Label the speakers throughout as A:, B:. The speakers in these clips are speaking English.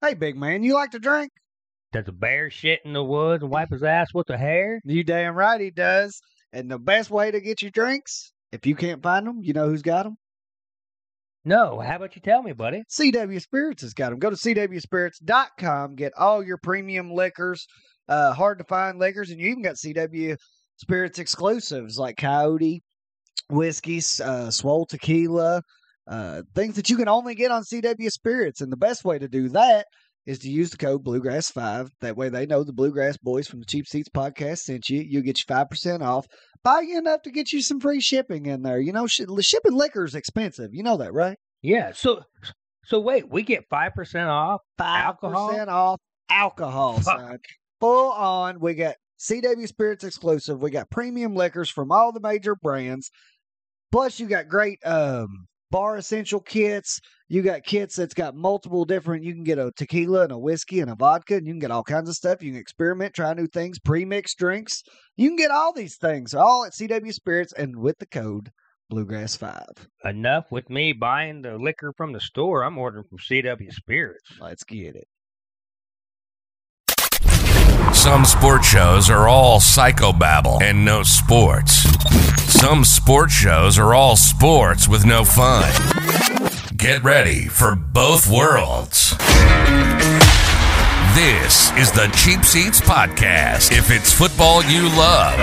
A: Hey, big man, you like to drink?
B: Does a bear shit in the woods and wipe his ass with a hair?
A: You damn right he does. And the best way to get your drinks, if you can't find them, you know who's got them?
B: No. How about you tell me, buddy?
A: CW Spirits has got them. Go to cwspirits.com, get all your premium liquors, uh, hard to find liquors, and you even got CW Spirits exclusives like Coyote whiskeys, uh, Swole tequila, uh, things that you can only get on CW Spirits. And the best way to do that is to use the code Bluegrass5. That way they know the Bluegrass Boys from the Cheap Seats podcast sent you. You'll get you 5% off. Buy enough to get you some free shipping in there. You know, sh- shipping liquor is expensive. You know that, right?
B: Yeah. So, so wait, we get five percent off
A: 5%
B: alcohol.
A: off alcohol,
B: Fuck.
A: son. Full on. We got CW Spirits exclusive. We got premium liquors from all the major brands. Plus, you got great um, bar essential kits. You got kits that's got multiple different. You can get a tequila and a whiskey and a vodka, and you can get all kinds of stuff. You can experiment, try new things, pre-mix drinks. You can get all these things all at CW Spirits and with the code Bluegrass Five.
B: Enough with me buying the liquor from the store. I'm ordering from CW Spirits.
A: Let's get it.
C: Some sports shows are all psychobabble and no sports. Some sports shows are all sports with no fun. Get ready for both worlds. This is the Cheap Seats Podcast. If it's football you love,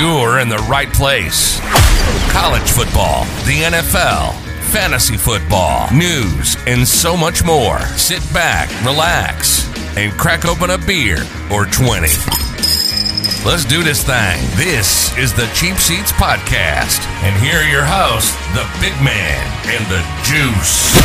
C: you're in the right place. College football, the NFL, fantasy football, news, and so much more. Sit back, relax, and crack open a beer or 20. Let's do this thing. This is the Cheap Seats Podcast. And here are your hosts, the big man and the juice.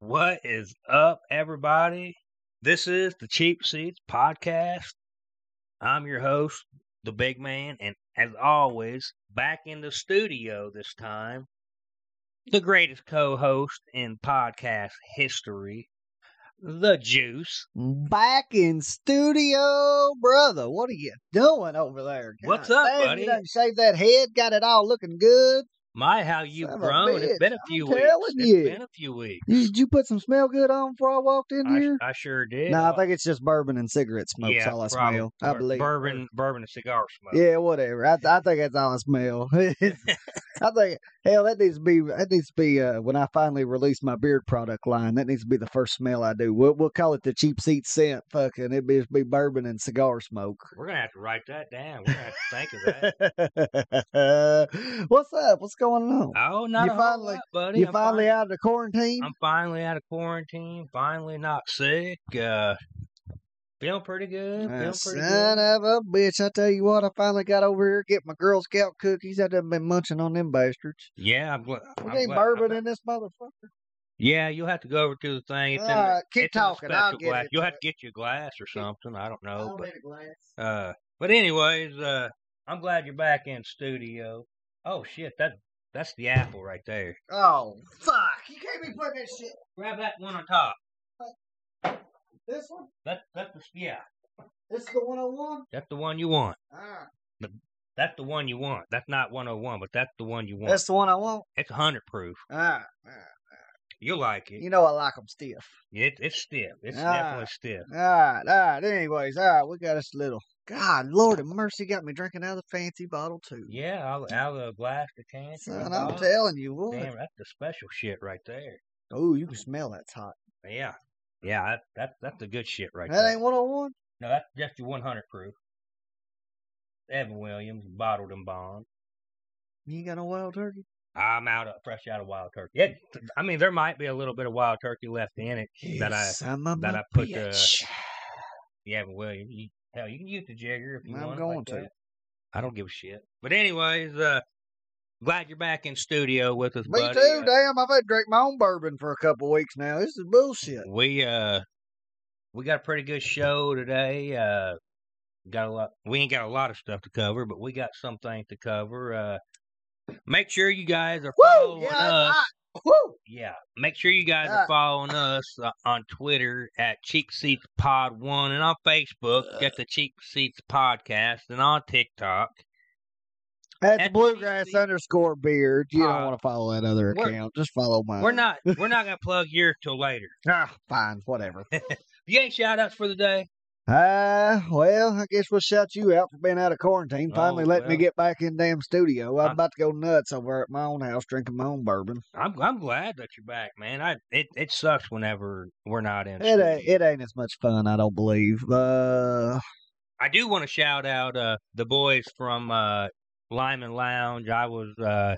B: What is up, everybody? This is the Cheap Seats Podcast. I'm your host, the big man, and as always, back in the studio this time, the greatest co host in podcast history, The Juice.
A: Back in studio, brother. What are you doing over there?
B: What's
A: God
B: up,
A: damn,
B: buddy?
A: You done shaved that head, got it all looking good.
B: My, how you've
A: Son of a
B: grown. It's
A: bitch,
B: been a
A: I'm
B: few
A: telling
B: weeks.
A: you.
B: It's been a few weeks.
A: You, did you put some smell good on before I walked in
B: I,
A: here?
B: I sure did.
A: No, I think it's just bourbon and cigarette smoke.
B: yeah,
A: all I
B: probably.
A: smell. I
B: Bur-
A: believe
B: Bourbon, bourbon and cigar smoke.
A: Yeah, whatever. I, I think that's all I smell. I think hell that needs to be that needs to be uh, when I finally release my beard product line. That needs to be the first smell I do. We'll, we'll call it the cheap seat scent. Fucking it'd be, it'd be bourbon and cigar smoke.
B: We're going to have to write that down. We're going to have to think of that.
A: What's up? What's going on?
B: Oh, not
A: You
B: a whole
A: finally-
B: lot, buddy.
A: You
B: I'm
A: finally
B: fin-
A: out of the quarantine?
B: I'm finally out of quarantine. Finally not sick. Uh, feeling pretty good.
A: Uh,
B: Feeling pretty
A: son
B: good.
A: of a bitch! I tell you what, I finally got over here get my Girl Scout cookies. I done been munching on them bastards.
B: Yeah, I'm, gl-
A: We
B: Uh, I'm
A: ain't
B: glad-
A: bourbon
B: I'm-
A: in this motherfucker.
B: Yeah, you'll have to go over to the thing. It's in,
A: All
B: the-
A: right, Uh, keep
B: it's in the
A: talking, I'll
B: special
A: get
B: glass.
A: it.
B: You'll have to get you a glass or something. I don't
A: I
B: know,
A: don't
B: Oh, but
A: need a glass.
B: uh, but anyways, uh, I'm glad you're back in studio. Oh shit, that that's the apple right there.
A: Oh fuck! You can't be putting this shit.
B: Grab that one on top.
A: This one.
B: That that's the, yeah,
A: This is the one hundred one.
B: that's the one you want.
A: Ah,
B: That's the one you want. That's not 101, but that's the one you want.
A: that's the one I want.
B: It's 100 proof.
A: Ah, ah.
B: You'll like it.
A: you know I like them stiff.
B: It, it's stiff. It's
A: Ah.
B: definitely stiff.
A: All right, all right. Anyways, all right. We got us a little. God, Lord of mercy, got me drinking out of the fancy bottle too.
B: Yeah, out out of the glass, the can.
A: Son, I'm telling you what.
B: Damn, that's the special shit right there.
A: Oh, you can smell that's hot.
B: Yeah, yeah, that, that that's the good shit right
A: That
B: there.
A: ain't 101.
B: No, that's just your 100 proof. Evan Williams bottled and bond.
A: You ain't got no wild turkey.
B: I'm out of fresh out of wild turkey. Yeah, I mean there might be a little bit of wild turkey left in it that I
A: Son of
B: that
A: a
B: I put, uh,
A: bitch.
B: Yeah, but well, you, you- hell, you can use the jigger if you
A: I'm
B: want.
A: going
B: like
A: to.
B: that. I don't give a shit. But anyways, uh, glad you're back in studio with us,
A: Me
B: buddy.
A: too.
B: Uh,
A: Damn, I've had to drink my own bourbon for a couple weeks now. This is bullshit.
B: We uh, we got a pretty good show today. Uh, got a lot. We ain't got a lot of stuff to cover, but we got some things to cover. Uh, make sure you guys are
A: Woo!
B: following
A: Yeah,
B: us.
A: that's hot. Woo!
B: yeah, make sure you guys are
A: Uh.
B: following us uh, on Twitter at Cheap Seats Pod One, and on Facebook
A: Uh.
B: at the Cheap Seats Podcast, and on TikTok.
A: That's
B: At
A: bluegrass
B: CC.
A: underscore beard. You don't
B: Uh,
A: want to follow that other
B: we're-
A: account. Just follow mine.
B: We're not we're not gonna plug yours till later.
A: Ah, fine, whatever.
B: You ain't shout outs for the day.
A: Uh, well, I guess we'll shout you out for being out of quarantine. Finally,
B: Oh,
A: letting me
B: well.
A: get back in damn studio. I'm
B: Uh,
A: about to go nuts over at my own house drinking my own bourbon.
B: I'm I'm glad that you're back, man. I it, it sucks whenever we're not in.
A: It
B: studio.
A: ain't, it ain't as much fun, I don't believe. Uh,
B: I do want to shout out uh, the boys from uh, Lyman Lounge. I was uh,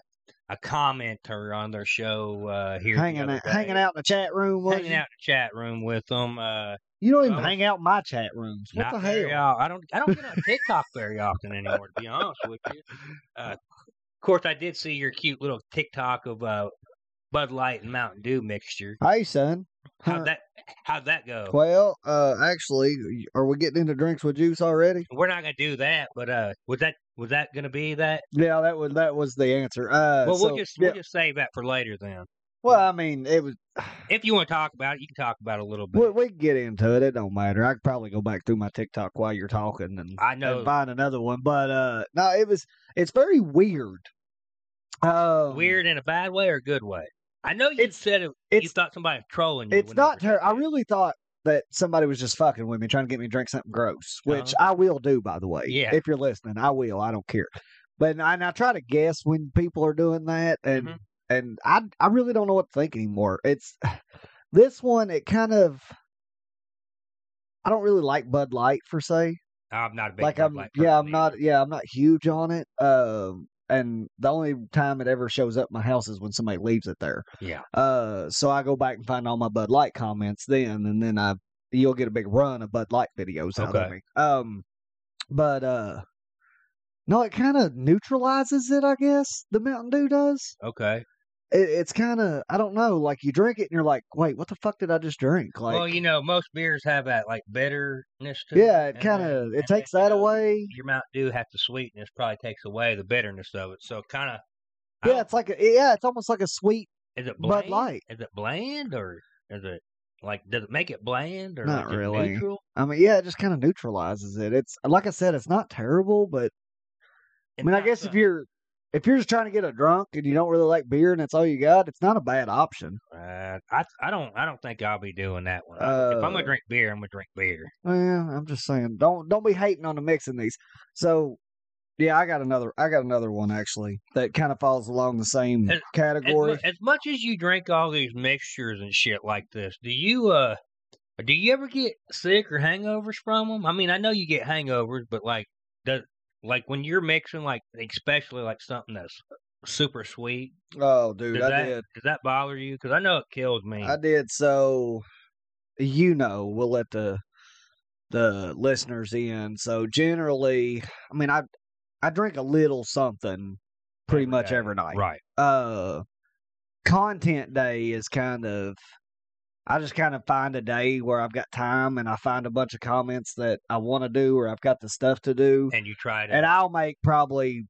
B: a commenter on their show uh, here, the
A: hanging
B: other
A: out, hanging
B: day.
A: out in the chat room. was
B: hanging
A: you?
B: out in the chat room with them. Uh,
A: You don't even
B: Oh.
A: hang out in my chat rooms. What
B: not
A: the
B: very
A: hell?
B: o- I don't I don't get on TikTok very often anymore, to be honest with you. Uh, of course, I did see your cute little TikTok of uh, Bud Light and Mountain Dew mixture.
A: Hey, son.
B: How'd
A: Huh.
B: that How'd that go?
A: Well, uh, actually, are we getting into drinks with juice already?
B: We're not gonna do that, but uh, was that was that gonna be that?
A: Yeah, that was that was the answer. Uh,
B: well,
A: so-
B: we'll just
A: yeah.
B: we'll just save that for later then.
A: well, I mean, it was.
B: If you want to talk about it, you can talk about it a little bit.
A: We, we can get into it. It don't matter. I could probably go back through my TikTok while you're talking and,
B: I
A: and
B: know
A: find another one. But uh, no, it was. It's very weird. Um,
B: weird in a bad way or a good way. I know you
A: It's-
B: said it, you
A: It's
B: thought somebody was trolling you.
A: it's
B: whenever
A: not her. I
B: you did.
A: really thought that somebody was just fucking with me, trying to get me to drink something gross, which I will do, by the way.
B: Uh-huh. Yeah.
A: If you're listening, I will. I don't care. But and I, and I try to guess when people are doing that, and
B: Mhm.
A: and I I really don't know what to think anymore. It's this one. It kind of. I don't really like Bud Light for say
B: I'm not a big
A: like
B: Bud
A: I'm
B: Light
A: yeah I'm
B: person
A: not
B: either.
A: yeah I'm not huge on it. Um, and the only time it ever shows up in my house is when somebody leaves it there.
B: Yeah.
A: Uh, so I go back and find all my Bud Light comments then, and then I you'll get a big run of Bud Light videos out of
B: Okay.
A: me. Um, but uh, no, it kind of neutralizes it, I guess. The Mountain Dew does.
B: Okay.
A: It, it's kind of I don't know. Like you drink it and you're like, wait, what the fuck did I just drink? Like,
B: well, you know, most beers have that like bitterness to
A: yeah, it
B: and
A: kind
B: then-
A: of
B: and
A: it takes
B: then, you
A: that
B: know,
A: away.
B: Your Mountain Dew has the sweetness probably takes away the bitterness of it. So kind of
A: Yeah, it's like a, yeah, it's almost like a sweet
B: is it
A: Bud
B: bland?
A: Light.
B: Is it bland or is it like does it make it bland or
A: Not
B: like, just
A: really.
B: neutral?
A: I mean, yeah, it just kind of neutralizes it. It's like I said, it's not terrible, but I
B: It's
A: mean, I
B: not
A: guess if
B: something-
A: you're if you're just trying to get a drunk and you don't really like beer and that's all you got, it's not a bad option.
B: Uh, I I don't I don't think I'll be doing that one. if I'm
A: Uh,
B: gonna drink beer, I'm gonna drink beer.
A: Well, I'm just saying, don't don't be hating on the mixing these. So, yeah, I got another I got another one actually that kind of falls along the same
B: As- As, mu-
A: category.
B: as much as you drink all these mixtures and shit like this, do you uh do you ever get sick or hangovers from them? I mean, I know you get hangovers, but like does like when you're mixing like especially like something that's super sweet,
A: oh, dude,
B: does
A: I
B: that
A: did,
B: does that bother you? Because I know it kills me.
A: I did. So, you know, we'll let the the listeners in. So generally, I mean, I I drink a little something pretty
B: Every
A: much
B: day.
A: every night.
B: right.
A: uh content day is kind of I just kind of find a day where I've got time and I find a bunch of comments that I want to do or I've got the stuff to do
B: And you try to
A: and I'll make probably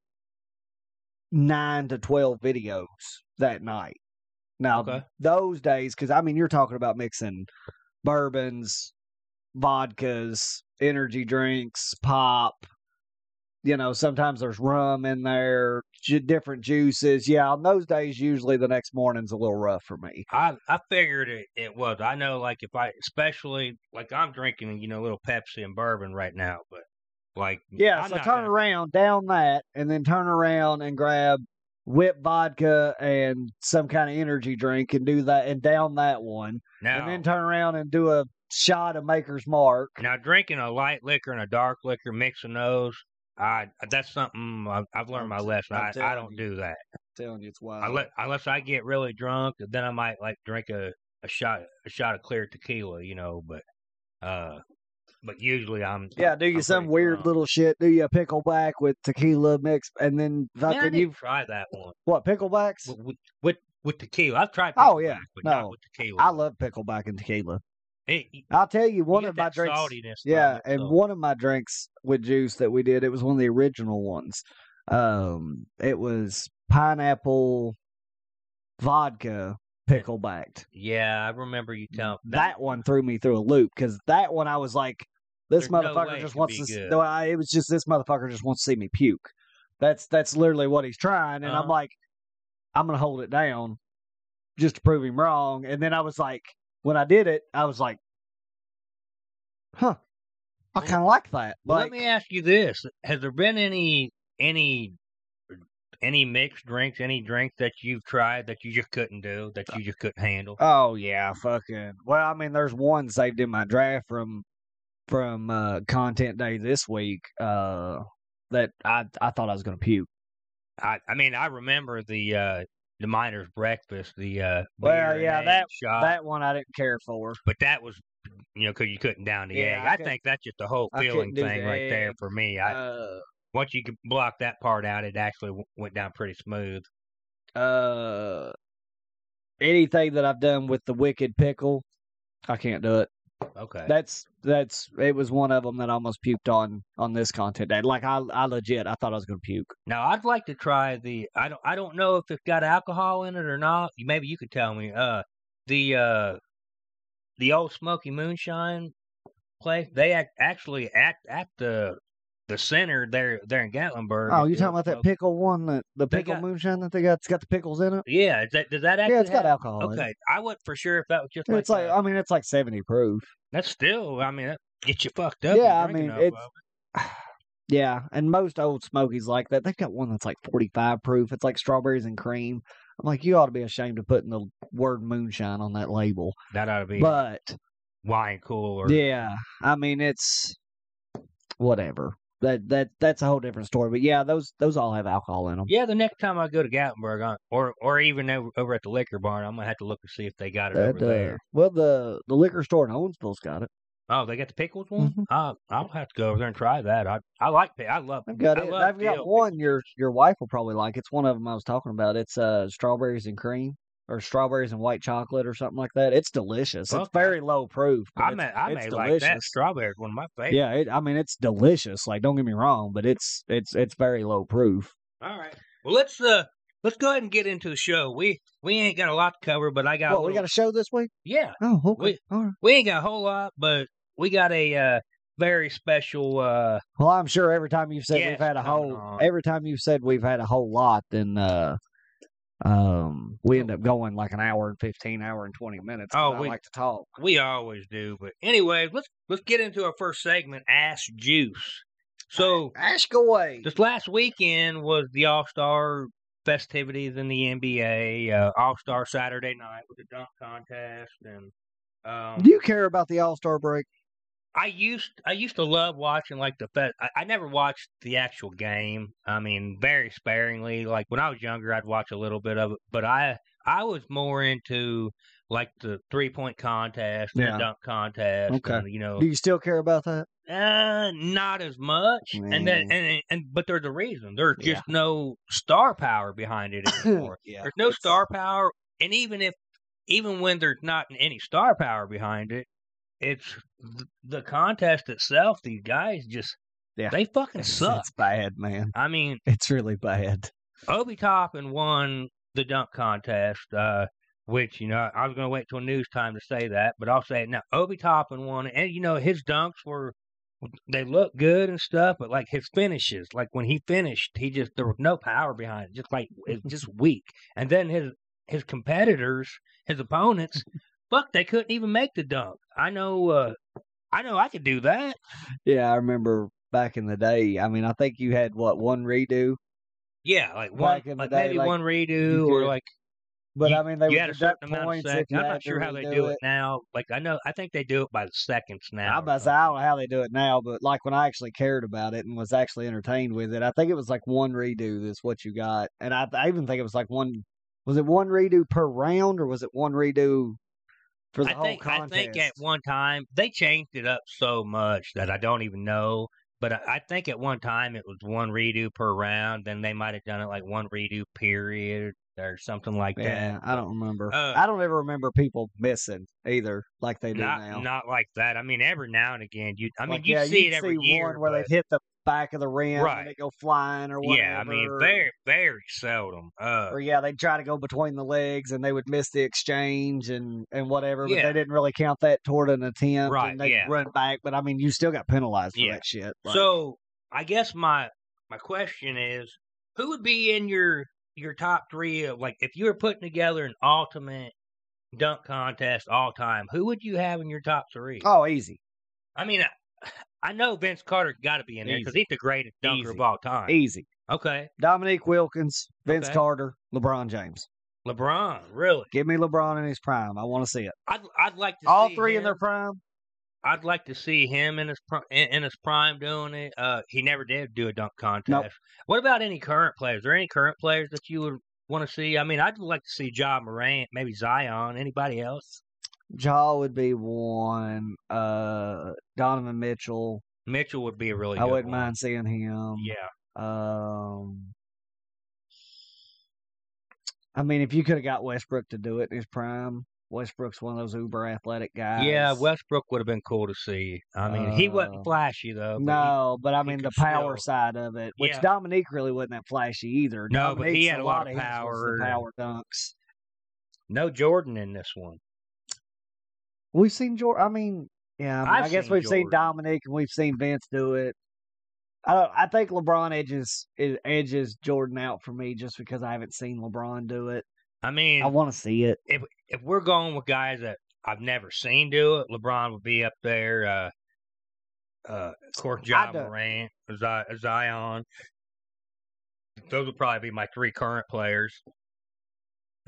A: 9 to 12 videos that night. Now
B: Okay.
A: those days cuz I mean you're talking about mixing bourbons, vodkas, energy drinks, pop, you know, sometimes there's rum in there, ju- different juices. Yeah, on those days, usually the next morning's a little rough for me.
B: I I figured it, it was. I know, like if I, especially like I'm drinking, you know, a little Pepsi and bourbon right now, but like
A: Yeah,
B: I'm
A: so
B: not
A: turn
B: gonna-
A: around down that, and then turn around and grab whip vodka and some kind of energy drink, and do that, and down that one,
B: now.
A: and then turn around and do a shot of Maker's Mark.
B: now drinking a light liquor and a dark liquor, mixing those, I that's something I've, I've learned
A: I'm
B: my
A: t-
B: lesson.
A: I'm
B: I, I
A: telling
B: don't
A: you. Uh,
B: do that.
A: I'm telling you, it's
B: I
A: wild.
B: let, unless I get really drunk, then I might like drink a, a shot a shot of clear tequila, you know. But uh, but usually I'm
A: yeah, do you
B: I'm
A: some
B: pretty
A: weird
B: drunk.
A: little shit? Do you a pickleback with tequila mix, and then
B: Man, I
A: fucking
B: need
A: you
B: to try that one
A: what picklebacks?
B: with with, with, with tequila. I've tried.
A: Oh, yeah.
B: pickleback, but not
A: No.
B: with tequila.
A: I love pickleback and tequila.
B: It,
A: I'll tell you, one
B: You
A: of
B: get
A: my
B: that
A: drinks.
B: saltiness from
A: Yeah,
B: it,
A: and
B: so-
A: one of my drinks with juice that we did, it was one of the original ones. Um, it was pineapple vodka pickle backed.
B: Yeah, I remember you telling
A: That one threw me through a loop because that one I was like, this
B: There's no
A: motherfucker
B: way it
A: just
B: could
A: wants
B: be
A: to. s-
B: good.
A: No, I, it was just this motherfucker just wants to see me puke. That's that's literally what he's trying, and I'm
B: Uh-huh.
A: like, I'm gonna hold it down just to prove him wrong. And then I was like, when I did it, I was like, huh, I
B: Well,
A: kind of like that. Like,
B: Let me ask you this: Has there been any any any mixed drinks, any drinks that you've tried that you just couldn't do, that
A: Uh
B: you just couldn't handle?
A: Oh yeah, fucking. Well, I mean, there's one saved in my draft from from uh, content day this week uh, that I I thought I was gonna puke.
B: I, I mean, I remember the uh, the miner's breakfast, the uh,
A: Well,
B: beer and
A: yeah,
B: egg
A: that-
B: shot,
A: that one I didn't care for.
B: but that was you know because you couldn't down the
A: Yeah,
B: egg.
A: I
B: I,
A: couldn't-
B: think that's just a whole
A: I couldn't
B: feeling
A: do the
B: thing right there
A: egg.
B: for me. I,
A: Uh,
B: once you could block that part out, it actually w- went down pretty smooth.
A: uh, anything that I've done with the wicked pickle, I can't do it.
B: Okay,
A: That's that's it was one of them that I almost puked on on this content day. Like I I legit I thought I was gonna puke.
B: Now I'd like to try the I don't I don't know if it's got alcohol in it or not. You- Maybe you could tell me. Uh the uh the old Smoky Moonshine place, they act, actually at at the the center there there in Gatlinburg.
A: Oh,
B: at
A: you
B: the
A: talking
B: old
A: about that
B: Smoky-
A: pickle one that the
B: They
A: pickle
B: got-
A: moonshine that they got? It's got the pickles in it.
B: Yeah, is that, does that actually
A: Yeah, it's got
B: have-
A: alcohol. in it.
B: Okay, I wasn't for sure if that was just
A: And it's like um
B: that.
A: I mean, it's like seventy proof.
B: that's still I mean that gets you fucked up.
A: Yeah, I
B: drinking
A: mean,
B: off
A: it's-
B: of
A: Yeah, and most old smokies like that. They've got one that's like forty-five proof. It's like strawberries and cream. I'm like, you ought to be ashamed of putting the word moonshine on that label.
B: it. that ought to be
A: But
B: wine cool or
A: yeah, I mean, it's whatever. That that that's a whole different story. But yeah, those those all have alcohol in them.
B: Yeah, the next time I go to Gatlinburg, I, or or even over, over at the liquor barn, I'm gonna have to look and see if they got it over there.
A: uh, well, the the liquor store in Owensville's got it.
B: Oh, they got the pickles one.
A: Mhm.
B: Uh, I'll have to go over there and try that. I I like pi- I love.
A: I've got
B: I
A: it.
B: love
A: I've got
B: dill.
A: one. Your your wife will probably like. It's one of them I was talking about. It's uh strawberries and cream, or strawberries and white chocolate, or something like that. It's delicious. It's
B: Fuck, I-
A: very low proof. but
B: I
A: it's-
B: may I
A: it's
B: may like that strawberry. One of my favorites.
A: Yeah, it, I mean it's delicious. Like don't get me wrong, but it's it's it's very low proof.
B: All right. Well, let's uh let's go ahead and get into the show. We we ain't got a lot to cover, but I got. a
A: What we
B: little-
A: got a show this week?
B: yeah,
A: Oh, okay.
B: We-
A: All right.
B: we ain't got a whole lot, but we got a uh, very special. uh
A: Well, I'm sure every time you've said
B: Yes,
A: we've had a
B: coming
A: whole,
B: on.
A: every time you've said we've had a whole lot, then uh, um, we end
B: Oh.
A: up going like an hour and fifteen, hour and twenty minutes. 'cause
B: Oh,
A: I
B: we-
A: like to talk.
B: We always do, but anyway, let's let's get into our first segment, Ass Juice. So
A: Ask away.
B: this last weekend was the All Star festivities in the NBA, uh, All Star Saturday night with the dunk contest, and um,
A: Do you care about the All Star break?
B: I used I used to love watching like the fe- I, I never watched the actual game. I mean, very sparingly. Like when I was younger, I'd watch a little bit of it, but I I was more into like the three point contest, and
A: Yeah.
B: the dunk contest,
A: Okay.
B: and, you know,
A: Do you still care about that?
B: uh, not as much, and that,
A: Mm.
B: and, and but there's a reason. There's
A: Yeah.
B: just no star power behind it anymore.
A: yeah.
B: there's no star power, and even if, even when there's not any star power behind it, it's th- the contest itself. These guys just,
A: Yeah.
B: they fucking
A: It's,
B: suck.
A: it's bad, man.
B: I mean,
A: It's really bad.
B: Obi Toppin won the dunk contest, uh, which, you know, I was going to wait till news time to say that, but I'll say it now. Obi Toppin won, and, you know, his dunks were, they looked good and stuff, but like his finishes, like when he finished, he just, there was no power behind it, just like, it's just weak. And then his, his competitors, his opponents, fuck, they couldn't even make the dunk. I know, uh, I know I could do that.
A: Yeah, I remember back in the day. I mean, I think you had what one redo,
B: Yeah, like one,
A: Back in the
B: like
A: day,
B: maybe
A: like,
B: one redo
A: you
B: or
A: could-
B: like
A: but
B: You-
A: I mean they
B: you
A: would
B: had a
A: deduct
B: certain amount of
A: points
B: seconds.
A: if you
B: I'm
A: had
B: not
A: to
B: sure how they
A: redo
B: do it now. Like I know, I think they do it by the seconds now.
A: I
B: or
A: about to say,
B: something.
A: I don't know how they do it now, but like when I actually cared about it and was actually entertained with it, I think it was like one redo. That's what you got, and I, I even think it was like one. Was it one redo per round, or was it one redo for the
B: I
A: whole
B: think I
A: contest?
B: think at one time they changed it up so much that I don't even know. But I, I think at one time it was one redo per round. Then they might have done it like one redo period or something like
A: Yeah,
B: that.
A: I don't remember.
B: Uh,
A: I don't ever remember people missing either, like they do
B: Not
A: now.
B: not like that. I mean, every now and again, you. I mean,
A: Like,
B: you
A: yeah,
B: see
A: you'd
B: it every
A: see
B: year.
A: one where
B: but-
A: they've hit the back of the rim
B: Right.
A: and they go flying or whatever.
B: Yeah, I mean, very, very seldom. Uh,
A: or yeah, they'd try to go between the legs and they would miss the exchange and and whatever, but
B: Yeah.
A: they didn't really count that toward an attempt
B: Right,
A: and they
B: yeah.
A: would run back. But I mean, you still got penalized for
B: Yeah.
A: that shit. like-
B: so I guess my my question is, who would be in your your top three of like if you were putting together an ultimate dunk contest all time? Who would you have in your top three?
A: oh, easy,
B: I mean, I, I know Vince Carter's got to be in there because he's the greatest dunker
A: Easy.
B: of all time.
A: easy.
B: Okay,
A: Dominique Wilkins, Vince
B: Okay.
A: Carter, LeBron James.
B: LeBron, really?
A: Give me LeBron in his prime. I want to see it.
B: I'd I'd like to
A: All
B: see
A: three in
B: him-
A: their prime.
B: I'd like to see him in his pri- in in his prime doing it. Uh, he never did do a dunk contest. What about any current players? Are there any current players that you would want to see? I mean, I'd like to see John Morant, maybe Zion. Anybody else?
A: Jaw would be one. Uh, Donovan Mitchell.
B: Mitchell would be a really.
A: I
B: good
A: wouldn't
B: one.
A: mind seeing him.
B: Yeah,
A: Um, I mean, if you could have got Westbrook to do it in his prime, Westbrook's one of those uber athletic guys.
B: yeah. Westbrook would have been cool to see. I mean, he
A: Uh,
B: wasn't flashy though. but he-
A: no, but I
B: he
A: mean the
B: could
A: power
B: still-
A: side of it, which
B: Yeah.
A: Dominique really wasn't that flashy either.
B: No, but he
A: Dominique's-
B: had a lot of
A: his was the power
B: power.
A: dunks.
B: no Jordan in this one.
A: We've seen Jordan. I mean, yeah, I, mean,
B: I've
A: I guess
B: seen
A: we've seen
B: Jordan.
A: Dominique and we've seen Vince do it. I don't, I think LeBron edges ed- edges Jordan out for me just because I haven't seen LeBron do it.
B: I mean,
A: I want to see it.
B: if we're going with guys that I've never seen do it, LeBron would be up there. Uh, uh, of course, John
A: don't-
B: Morant, Zi- Zion. Those would probably be my three current players.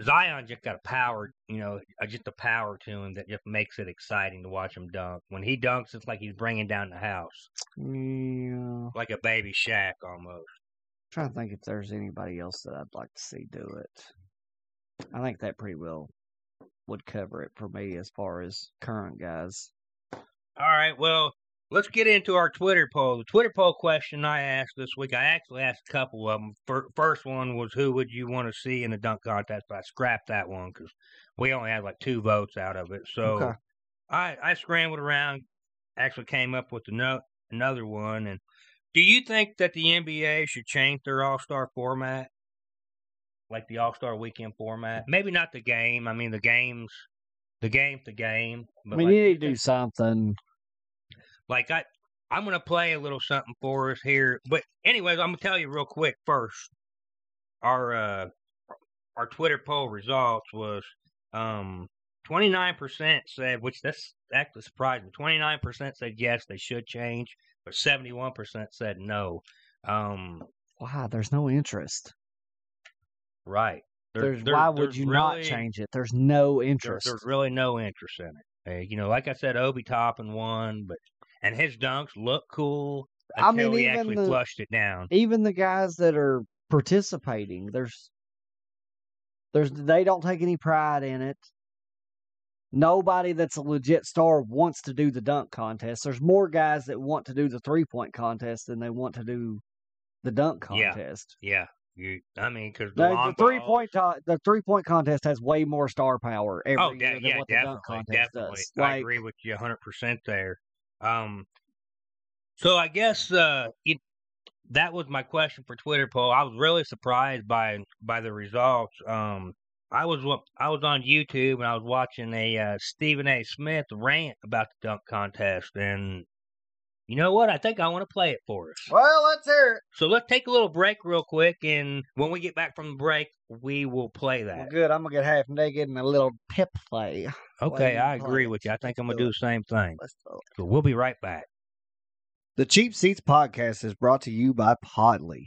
B: Zion just got a power, you know, uh, just a power to him that just makes it exciting to watch him dunk. When he dunks, it's like he's bringing down the house,
A: Yeah.
B: like a baby Shaq almost.
A: trying to think if there's anybody else that I'd like to see do it. I think that pretty well would cover it for me as far as current guys.
B: All right, well, let's get into our Twitter poll. The Twitter poll question I asked this week, I actually asked a couple of them. Fir- First one was, who would you want to see in a dunk contest? But I scrapped that one because we only had like two votes out of it. So
A: Okay.
B: I, I scrambled around, actually came up with ano- another one. And do you think that the NBA should change their All Star format? Like the All Star Weekend format, maybe not the game. I mean, the games, the game, the game.
A: I
B: But
A: mean,
B: like,
A: you need to do something.
B: like I, I'm gonna play a little something for us here. But anyways, I'm gonna tell you real quick first. Our uh, our Twitter poll results was um 29% said, which that's actually surprising. 29% said yes, they should change, but 71% said no. Um,
A: Wow, there's no interest.
B: right. There-
A: There's
B: there-
A: why would
B: there's
A: you not
B: really-
A: change it? There's no
B: there-
A: interest.
B: there's really no interest in it. Uh, you know, like I said, Obi Toppin won, but and his dunks look cool
A: I
B: until
A: mean,
B: he
A: even
B: actually
A: the-
B: flushed it down.
A: Even the guys that are participating, there's there's they don't take any pride in it. Nobody that's a legit star wants to do the dunk contest. There's more guys that want to do the three point contest than they want to do the dunk
B: Yeah.
A: contest.
B: Yeah, you. I mean, because
A: The, the three point to- the three point contest has way more star power every
B: Oh,
A: year
B: yeah,
A: than
B: yeah,
A: what the dunk
B: definitely,
A: contest
B: definitely.
A: does.
B: I
A: Like,
B: agree with you 100 percent there. Um, so I guess uh, it, that was my question for Twitter poll. I was really surprised by by the results. Um, I was wa- I was on YouTube and I was watching a uh, Stephen A. Smith rant about the dunk contest, and you know what? I think I want to play it for us.
A: well, let's hear
B: So let's take a little break real quick, and when we get back from the break, we will play that.
A: Well, good. I'm gonna get half naked and a little pip play.
B: Okay,
A: you
B: I
A: play
B: agree
A: it.
B: with you. I think I'm gonna
A: Do
B: do the same thing.
A: Let's go.
B: So we'll be right back.
A: The Cheap Seats podcast is brought to you by Podly.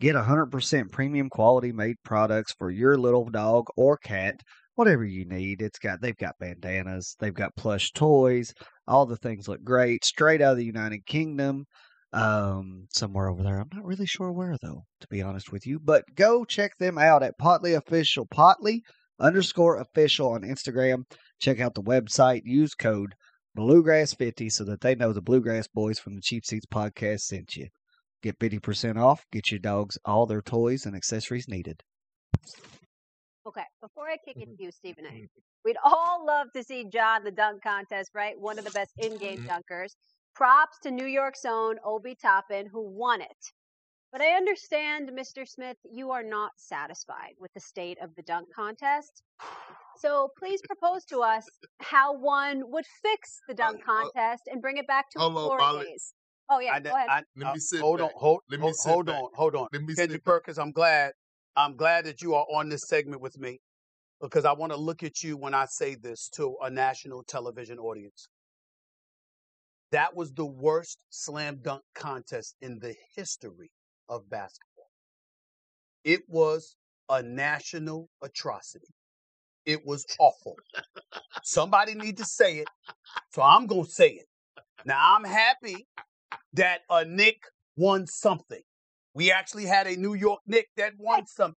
A: Get 100% premium quality made products for your little dog or cat, whatever you need. It's got they've got bandanas, they've got plush toys, all the things look great, straight out of the United Kingdom. Um, somewhere over there. I'm not really sure where though, to be honest with you. But go check them out at Potly Official, Potly underscore official on Instagram. Check out the website. Use code Bluegrass 50 so that they know the Bluegrass Boys from the Cheap Seats podcast sent you. Get 50% off, get your dogs all their toys and accessories needed.
D: Okay, before I kick
E: Mm-hmm.
D: it to you, Stephen
E: Mm-hmm.
D: A., we'd all love to see John the dunk contest, right? One of the best in game dunkers. Props to New York's own Obi Toppin, who won it. But I understand, Mr. Smith, you are not satisfied with the state of the dunk contest. So please propose to us how one would fix the dunk
E: Uh, uh,
D: contest and bring it back to
E: hold
D: its
E: on,
D: glory
E: Molly.
D: days. Oh yeah,
F: I,
D: go ahead.
F: I,
E: Let me
F: uh,
E: sit
F: hold
E: back.
F: on, hold,
E: Let me
F: hold,
E: sit
F: hold
E: back.
F: on, hold on.
E: Let me sit
F: Kendrick
E: back.
F: Perkins, I'm glad, I'm glad that you are on this segment with me, because I want to look at you when I say this to a national television audience. That was the worst slam dunk contest in the history of basketball. It was a national atrocity. It was awful. Somebody need to say it, so I'm gonna say it. Now I'm happy that a Nick won something. We actually had a New York Nick that won something.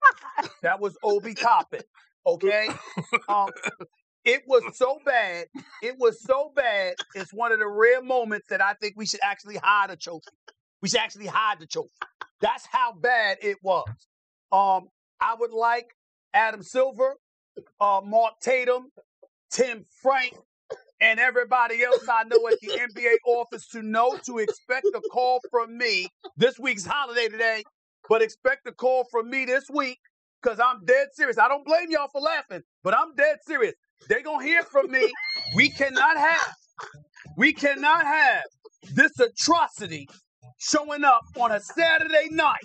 F: That was Obi Toppin. Okay, um, it was so bad. It was so bad. It's one of the rare moments that I think we should actually hide a trophy. We should actually hide the trophy. That's how bad it was. Um, I would like Adam Silver, uh, Mark Tatum, Tim Frank, and everybody else I know at the NBA office to know to expect a call from me. This week's holiday today, but expect a call from me this week because I'm dead serious. I don't blame y'all for laughing, but I'm dead serious. They're going to hear from me. We cannot have, we cannot have this atrocity showing up on a Saturday night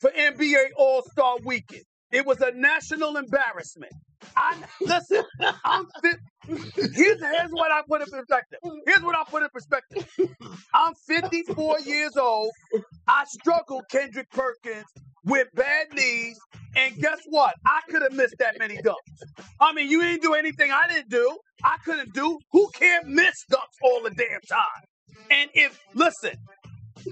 F: for NBA All Star Weekend. It was a national embarrassment. I listen. I'm fit. Here's, here's what I put in perspective. Here's what I put in perspective. I'm 54 years old. I struggled, Kendrick Perkins, with bad knees, and guess what? I could have missed that many dunks. I mean, you didn't do anything I didn't do. I couldn't do. Who can't miss dunks all the damn time? And if listen,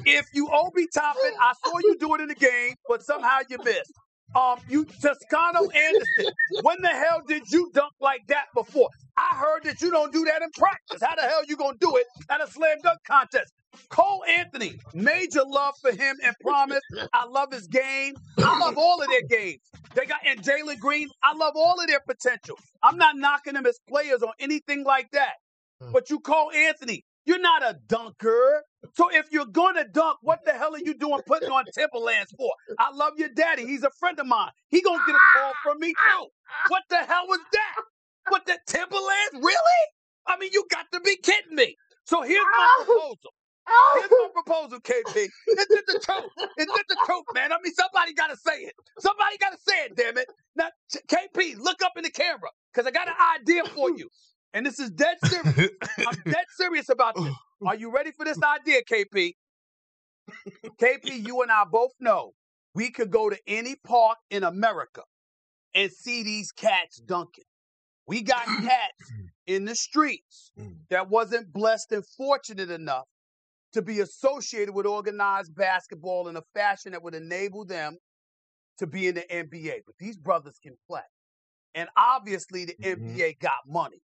F: if you OB topping, I saw you do it in the game, but somehow you missed. Um, you Toscano Anderson, when the hell did you dunk like that before? I heard that you don't do that in practice. How the hell you gonna do it at a slam dunk contest? Cole Anthony, major love for him and promise. I love his game. I love all of their games. They got and Jalen Green. I love all of their potential. I'm not knocking them as players or anything like that. But you call Anthony, you're not a dunker. So if you're gonna dunk, what the hell are you doing putting on Timberlands for? I love your daddy. He's a friend of mine. He gonna get a call from me too. What the hell was that? What the Timberlands? Really? I mean, you got to be kidding me. So here's my proposal. Here's my proposal, KP. It's just the truth. It's just the truth, man. I mean, somebody gotta say it. Somebody gotta say it, damn it. Now, KP, look up in the camera, cause I got an idea for you. And this is dead serious. I'm dead serious about this. Are you ready for this idea, KP? KP, you and I both know we could go to any park in America and see these cats dunking. We got cats in the streets that wasn't blessed and fortunate enough to be associated with organized basketball in a fashion that would enable them to be in the NBA. But these brothers can play. And obviously, the NBA got money.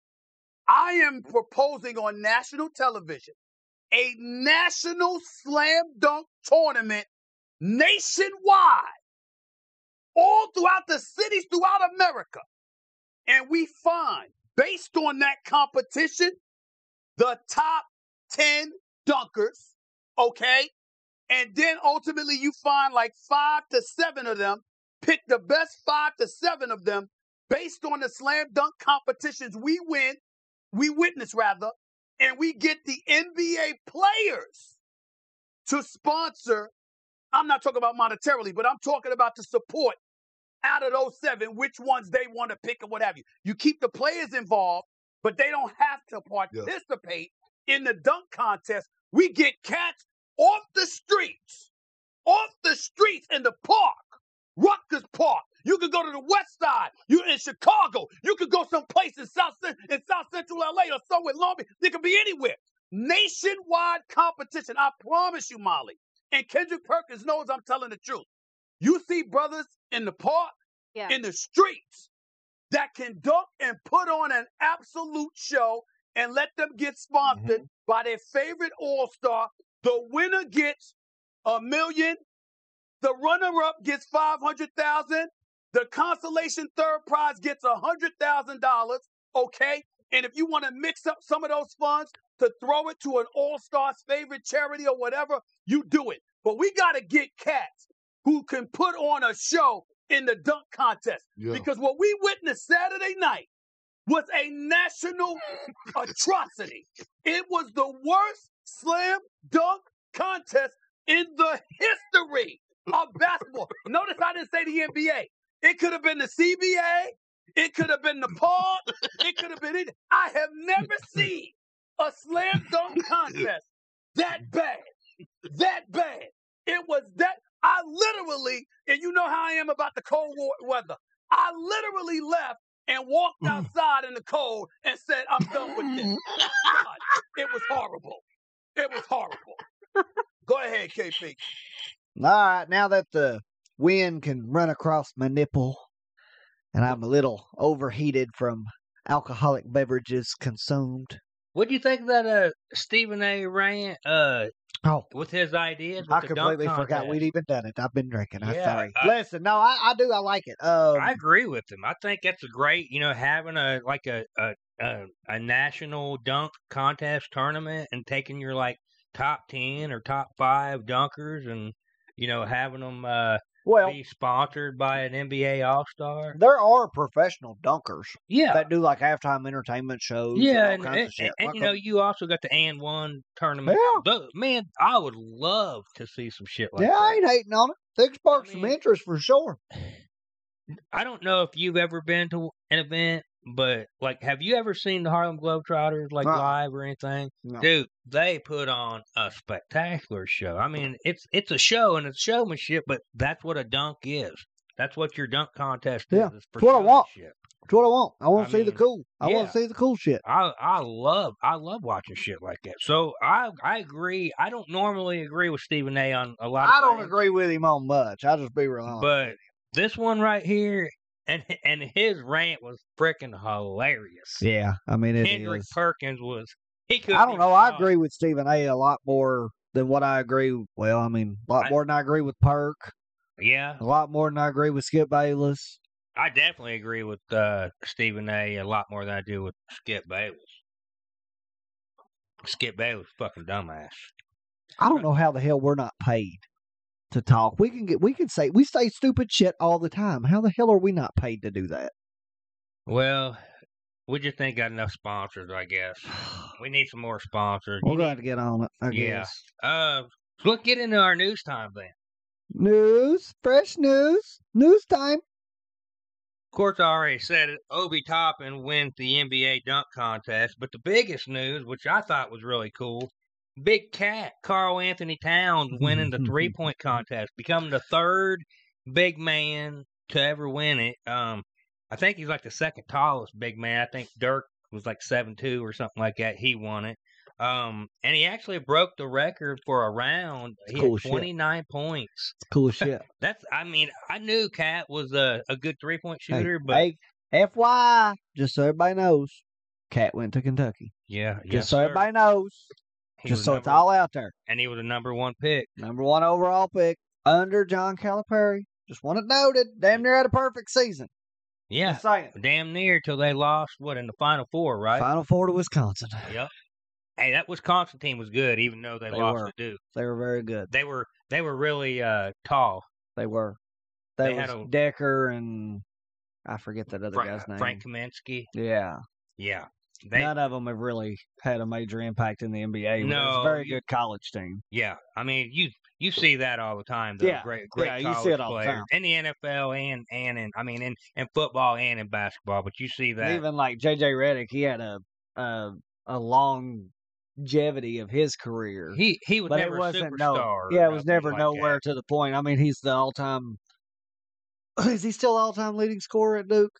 F: I am proposing on national television a national slam dunk tournament nationwide, all throughout the cities throughout America. And we find, based on that competition, the top 10 dunkers, okay? And then ultimately you find like five to seven of them, pick the best five to seven of them based on the slam dunk competitions we win we witness rather, and we get the NBA players to sponsor. I'm not talking about monetarily, but I'm talking about the support out of those seven, which ones they want to pick and what have you. You keep the players involved, but they don't have to participate in the dunk contest. We get cats off the streets, off the streets in the park, Rutgers Park. You could go to the West Side. You're in Chicago. You could go someplace in South Cen- in South Central LA or somewhere in Long Beach. It could be anywhere. Nationwide competition. I promise you, Molly. And Kendrick Perkins knows I'm telling the truth. You see brothers in the park,
D: Yeah.
F: in the streets, that can dunk and put on an absolute show and let them get sponsored by their favorite all star. The winner gets a million. The runner up gets five hundred thousand. The consolation third prize gets a hundred thousand dollars. Okay, And if you want to mix up some of those funds to throw it to an all star's favorite charity or whatever, you do it. But we got to get cats who can put on a show in the dunk contest.
E: Yeah.
F: Because what we witnessed Saturday night was a national atrocity. It was the worst slam dunk contest in the history of basketball. Notice I didn't say the NBA. It could have been the CBA. It could have been the pod. It could have been it. I have never seen a slam dunk contest that bad. That bad. It was that. I literally, and you know how I am about the cold war weather. I literally left and walked
A: Mm-hmm.
F: outside in the cold and said, I'm done with this. I'm done. It was horrible. It was horrible. Go ahead, KP.
A: All right, now that the wind can run across my nipple and I'm a little overheated from alcoholic beverages consumed.
B: What do you think of that uh, Stephen A. Rand uh,
A: Oh,
B: with his ideas? With
A: I
B: the dunk
A: completely forgot
B: contest?
A: we'd even done it. I've been drinking. I'm
B: Yeah,
A: sorry.
B: I-
A: Listen, no, I, I do. I like it. Um,
B: I agree with him. I think that's a great, you know, having a like a a, a a national dunk contest tournament and taking your like top ten or top five dunkers and you know having them uh,
A: well,
B: be sponsored by an NBA All Star.
A: there are professional dunkers
B: Yeah,
A: that do like halftime entertainment shows.
B: yeah,
A: and all
B: and,
A: kinds
B: and-
A: of shit.
B: and,
A: Like
B: you
A: a-
B: know you also got the and one tournament.
A: Yeah.
B: Tho- man, I would love to see some shit like
A: yeah, I
B: that.
A: ain't hating on it. They spark some
B: mean-
A: interest for sure.
B: I don't know if you've ever been to an event, but like, have you ever seen the Harlem Globetrotters like
A: Uh-uh.
B: live or anything?
A: No.
B: Dude, they put on a spectacular show. I mean, it's it's a show and it's showmanship, but that's what a dunk is. That's what your dunk contest
A: Yeah,
B: is. is for
A: it's what I want.
B: showmanship.
A: That's what I want. I want
B: I
A: to see the
B: mean,
A: cool. I want
B: yeah.
A: to see the cool shit.
B: I I love I love watching shit like that. So I I agree. I don't normally agree with Stephen A. on a lot. Of
A: I don't
B: things,
A: agree with him on much. I'll just be real honest.
B: but this one right here and and his rant was freaking hilarious.
A: yeah, I mean it is.
B: Hendrick Perkins was. He could.
A: I don't know. I agree with Stephen A. a lot more than what I agree. Well, I mean, a lot
B: I-
A: more than I agree with Perk.
B: Yeah,
A: A lot more than I agree with Skip Bayless.
B: I definitely agree with uh, Stephen A. a lot more than I do with Skip Bayless. Skip Bayless, fucking dumbass.
A: I don't know how the hell we're not paid to talk. We can get. We can say we say stupid shit all the time. How the hell are we not paid to do that?
B: Well, we just ain't got enough sponsors, I guess. We need some more sponsors.
A: We're going to get on it. I
B: Yeah.
A: guess.
B: Uh, so let's get into our news time then.
A: News, fresh news, news time.
B: Of course, I already said it. Obi Toppin wins the NBA dunk contest, but the biggest news, which I thought was really cool, Big Cat Carl Anthony Towns winning the three point contest, becoming the third big man to ever win it. Um, I think he's like the second tallest big man. I think Dirk was like seven two or something like that. He won it. Um, and he actually broke the record for a round. He
A: Cool
B: had
A: shit.
B: twenty nine points.
A: Cool shit.
B: That's I mean, I knew Cat was a, a good three point
A: Hey,
B: shooter, but
A: hey, FYI, just so everybody knows, Cat went to Kentucky.
B: Yeah,
A: Just
B: yes,
A: so
B: sir.
A: everybody knows.
B: He
A: just
B: was
A: so it's
B: number-
A: all out there.
B: and he was a number one pick.
A: Number one overall pick under John Calipari. Just want it noted. Damn near had a perfect season.
B: Yeah,
A: Just saying.
B: damn near till they lost what in the final four, right?
A: Final four to Wisconsin.
B: Yep. Hey, that Wisconsin team was good, even though they,
A: They
B: lost
A: were.
B: to Duke.
A: They were very good.
B: They were they were really uh, tall.
A: They were. They,
B: They
A: was
B: had a-
A: Decker and I forget that other
B: Frank,
A: guy's name.
B: Frank Kaminsky.
A: Yeah.
B: Yeah, they.
A: None of them have really had a major impact in the NBA. but it's
B: No,
A: a very
B: you-
A: good college team.
B: yeah, I mean you you see that all the time. Though.
A: Yeah,
B: great great
A: yeah, you see
B: college
A: it all the
B: players in the NFL and and in I mean in in football and in basketball, but you see
A: And
B: that.
A: Even like JJ Redick, he had a a, a longevity of his career.
B: he he was
A: but
B: never
A: it
B: a
A: wasn't
B: superstar.
A: no,
B: or
A: yeah, it was
B: nothing
A: never
B: like that.
A: nowhere to the point. I mean, he's the all time. Is he still all time leading scorer at Duke?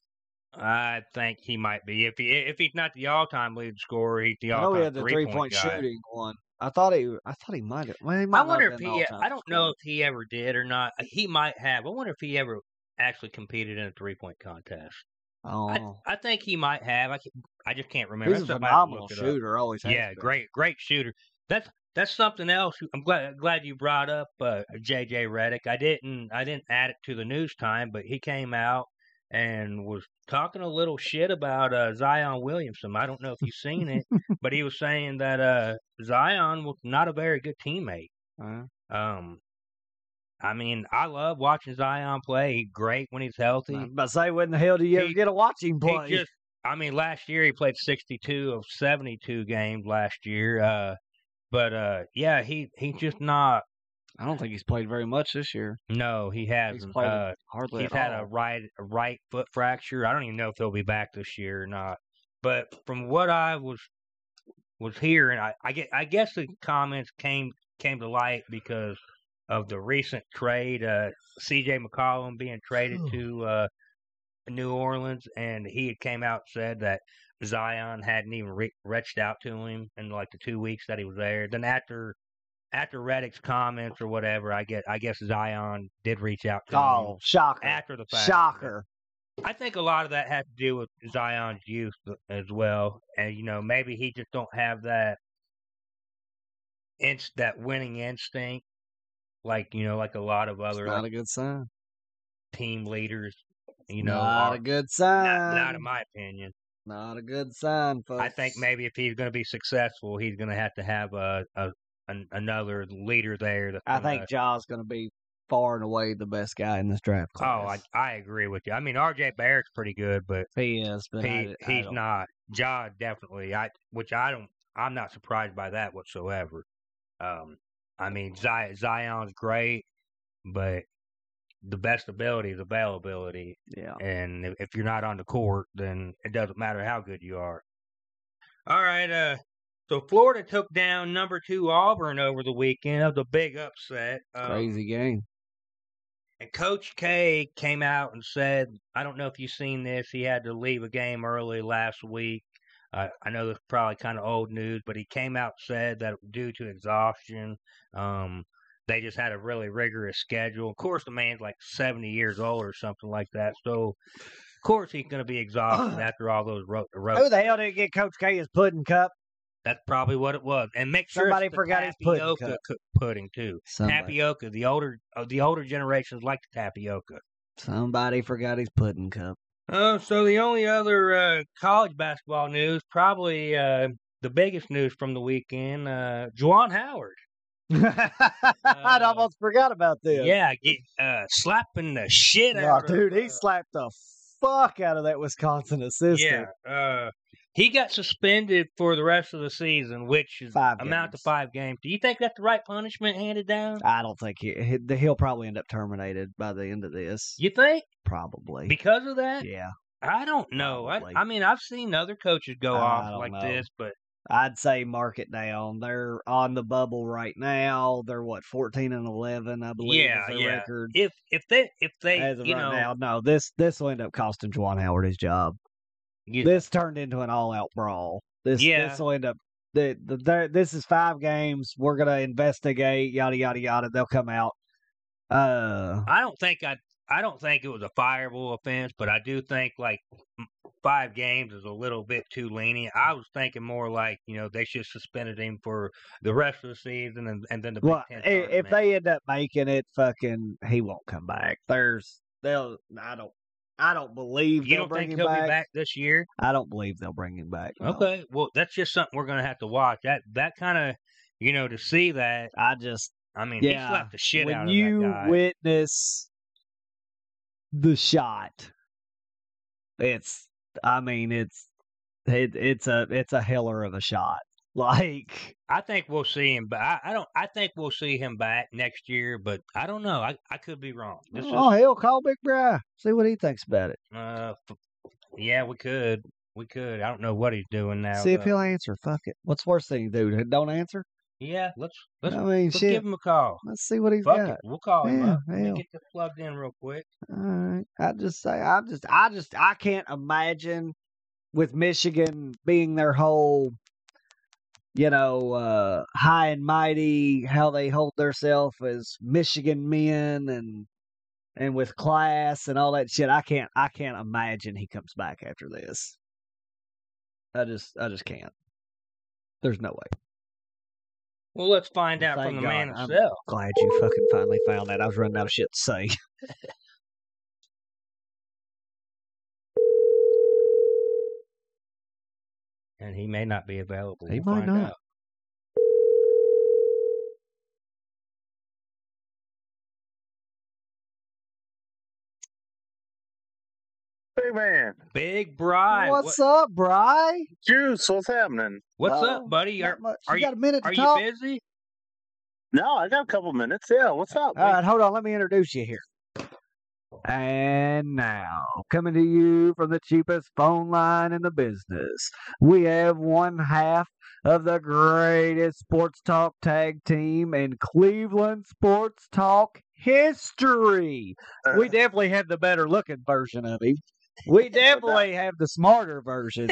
B: I think he might be. If he if he's not the all time leading scorer, he's the
A: I
B: all
A: know
B: time
A: Oh, he had the
B: three
A: point
B: point guy.
A: shooting one. I thought he, I thought he might have. Well, he might
B: I
A: not
B: wonder
A: have
B: if
A: been
B: he.
A: all-time
B: I don't know
A: scorer.
B: if he ever did or not. He might have. I wonder if he ever actually competed in a three point contest.
A: Oh,
B: I, I think he might have. I can, I just can't remember.
A: he's a
B: That's something I have to
A: phenomenal
B: look it up.
A: shooter. Always, has
B: Yeah,
A: been.
B: great, great shooter. That's that's something else. I'm glad glad you brought up uh, J.J. Redick. I didn't I didn't add it to the news time, but he came out and was talking a little shit about uh, Zion Williamson. I don't know if you've seen it, but he was saying that uh, Zion was not a very good teammate.
A: Uh,
B: Um, I mean, I love watching Zion play. He's great when he's healthy.
A: I'm about to say, when the hell do you ever
B: He-
A: get a watching play?
B: He just, I mean, last year he played 62 of 72 games last year. Uh, but uh, yeah, he he's just not.
A: I don't think he's played very much this year.
B: No, he hasn't.
A: He's played
B: uh,
A: hardly
B: he's
A: at
B: had
A: all.
B: a right a right foot fracture. I don't even know if he'll be back this year or not. But from what I was was hearing, I I, get, I guess the comments came came to light because of the recent trade, uh, C.J. McCollum being traded to uh, New Orleans, and he had came out and said that Zion hadn't even re- reached out to him in like the two weeks that he was there. Then after after Reddick's comments or whatever, I get I guess Zion did reach out to him
A: Oh, shocker.
B: after the fact.
A: Shocker.
B: I think a lot of that had to do with Zion's youth as well, and you know maybe he just don't have that inst- that winning instinct, like you know, like a lot of
A: It's
B: other
A: not
B: like,
A: a good sign.
B: team leaders. You know,
A: not
B: are-
A: a good
B: not,
A: sign.
B: not in my opinion.
A: Not a good sign, folks.
B: I think maybe if he's going to be successful, he's going to have to have a, a an, another leader there. That's
A: I
B: gonna-
A: think Jaws going to be far and away the best guy in this draft
B: Oh, I,
A: class.
B: I agree with you. I mean, R.J. Barrett's pretty good, but
A: he is, but I-
B: he,
A: I
B: he's
A: don't-
B: not. Ja definitely. I which I don't. I'm not surprised by that whatsoever. Um, I mean Zion, Zion's great, but the best ability is availability,
A: Yeah,
B: and if, if you're not on the court, then it doesn't matter how good you are. All right. Uh, so Florida took down number two Auburn over the weekend of the big upset. Um,
A: crazy game.
B: and Coach K came out and said, I don't know if you've seen this. He had to leave a game early last week. Uh, I know this is probably kind of old news, but he came out and said that due to exhaustion, um, they just had a really rigorous schedule. Of course, the man's like 70 years old or something like that. So, of course, he's going to be exhausted after all those road.
A: Who the hell didn't get Coach K his pudding cup?
B: That's probably what it was. And make sure
A: Somebody
B: it's the
A: forgot his pudding
B: tapioca
A: cup.
B: cu- pudding too.
A: Somebody,
B: Tapioca. The older uh, the older generations like the tapioca.
A: somebody forgot his pudding cup.
B: Uh, so the only other uh, college basketball news, probably uh, the biggest news from the weekend, uh, Juwan Howard.
A: I'd almost forgot about this.
B: Uh, Yeah, get, uh, slapping the shit
A: No,
B: out
A: dude,
B: of.
A: he slapped the fuck out of that Wisconsin
B: uh,
A: assistant.
B: yeah, uh, he got suspended for the rest of the season, which is
A: Five
B: amount
A: games.
B: to five games. Do you think that's the right punishment handed down?
A: I don't think he, he he'll probably end up terminated by the end of this.
B: You think
A: Probably.
B: because of that?
A: yeah,
B: I don't know. I,
A: Probably.
B: I mean, I've seen other coaches go
A: I
B: off
A: don't
B: like
A: know.
B: this, but
A: I'd say mark it down. They're on the bubble right now. They're what fourteen and eleven, I believe,
B: Yeah,
A: is their
B: yeah.
A: record
B: if if they if they
A: as of
B: you
A: right
B: know
A: now. No, this this will end up costing Juwan Howard his job.
B: you-
A: This turned into an all out brawl. This
B: Yeah.
A: this will end up. The, the, there- this is five games. We're gonna investigate. Yada yada yada. They'll come out. Uh,
B: I don't think I. I don't think it was a fireable offense, but I do think like m- five games is a little bit too lenient. I was thinking more like you know they should suspended him for the rest of the season and, and then the
A: well,
B: Big
A: i-
B: Ten.
A: if
B: tournament.
A: they end up making it, fucking, he won't come back. There's they'll. I don't. I don't believe
B: you
A: they'll
B: don't
A: bring
B: think
A: him
B: he'll
A: back.
B: be back this year?
A: I don't believe they'll bring him back. no.
B: Okay, well that's just something we're gonna have to watch. That that kind of you know to see that.
A: I just
B: I mean,
A: Yeah,
B: he slapped the shit
A: when
B: out of
A: you
B: that guy.
A: witness the shot, it's I mean it's it, it's a it's a heller of a shot. Like
B: I think we'll see him, but I, I don't. I think we'll see him back next year, but I don't know. I I could be wrong. This is
A: oh hell, call Big Bry, see what he thinks about it.
B: Uh, f- yeah, we could. We could. I don't know what he's doing now.
A: see if
B: but-
A: he'll answer. Fuck it. What's the worst thing you do? Don't answer.
B: Yeah, let's let's,
A: I mean,
B: let's
A: shit.
B: give him a call.
A: Let's see what he's
B: Fuck
A: got.
B: it, we'll call him
A: Yeah,
B: up. Let me
A: hell.
B: get this plugged in real quick.
A: All right. I just say I just I just I can't imagine with Michigan being their whole you know, uh high and mighty, how they hold themselves as Michigan men and and with class and all that shit. I can't I can't imagine he comes back after this. I just I just can't. There's no way.
B: Well, let's find
A: Well,
B: out from
A: thank
B: the man
A: God, I'm-
B: himself.
A: Glad you fucking finally found that. I was running out of shit to say.
B: and he may not be available.
A: He
B: We'll
A: might
B: find
A: not.
B: out.
E: Hey man,
B: Big Bry,
A: What's
B: what-
A: up, Bry?
E: Juice, what's happening?
B: What's
A: Oh,
B: up, buddy?
A: not
B: Are,
A: much.
B: are
A: you got a minute to
B: are you
A: talk?
B: busy?
E: No, I got a couple minutes. Yeah, what's up?
A: All right, hold on. Let me introduce you here. And now, coming to you from the cheapest phone line in the business, we have one half of the greatest sports talk tag team in Cleveland sports talk history.
E: Uh,
A: We definitely have the better looking version of him. We definitely have the smarter version.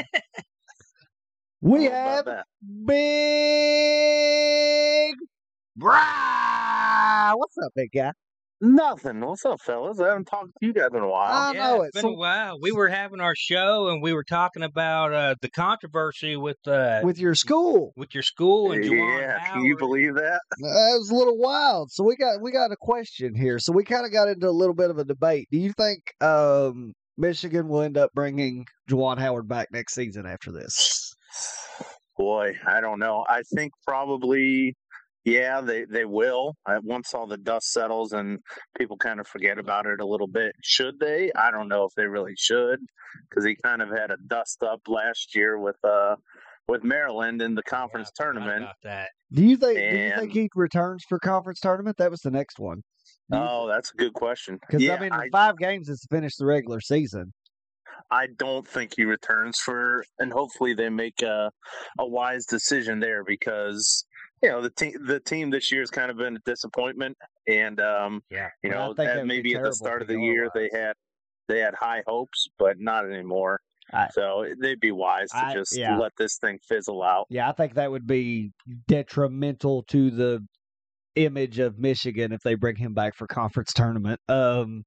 A: We
E: I don't know about
A: have
E: that.
A: Big Bry. What's up, big guy?
E: nothing. What's up, fellas? I haven't talked to you guys in a while.
A: I
B: yeah,
A: know
B: it's
A: it.
B: been a
A: So-
B: while. We were having our show and we were talking about uh, the controversy with uh, with,
A: With your school,
B: your school and Juwan
E: yeah,
B: Howard.
E: can you believe that?
A: that was a little wild. So we got we got a question here. So we kind of got into a little bit of a debate. Do you think um, Michigan will end up bringing Juwan Howard back next season after this?
E: Boy, I don't know. I think probably, yeah, they they will. I, once all the dust settles and people kind of forget about it a little bit, should they? I don't know if they really should, because he kind of had a dust up last year with uh with Maryland in the
B: Yeah, I
E: conference
B: forgot
E: tournament.
B: about that.
A: Do you think do you
E: And-
A: think he returns for conference tournament? That was the next one.
E: Oh, that's a good question.
A: Because
E: yeah,
A: I mean,
E: I
A: five games is to finish the regular season.
E: I don't think he returns for, and hopefully they make a, a wise decision there because you know the team the team this year has kind of been a disappointment, and um,
B: Yeah.
E: you
A: Well, I
E: know
A: think it
E: at,
A: would be
E: maybe at the
A: terrible
E: start of the year
A: PR-wise.
E: they had they had high hopes, but not anymore.
A: I-
E: so they'd be wise to
A: I-
E: just
A: yeah.
E: let this thing fizzle out.
A: Yeah, I think that would be detrimental to the image of Michigan if they bring him back for conference tournament. Um,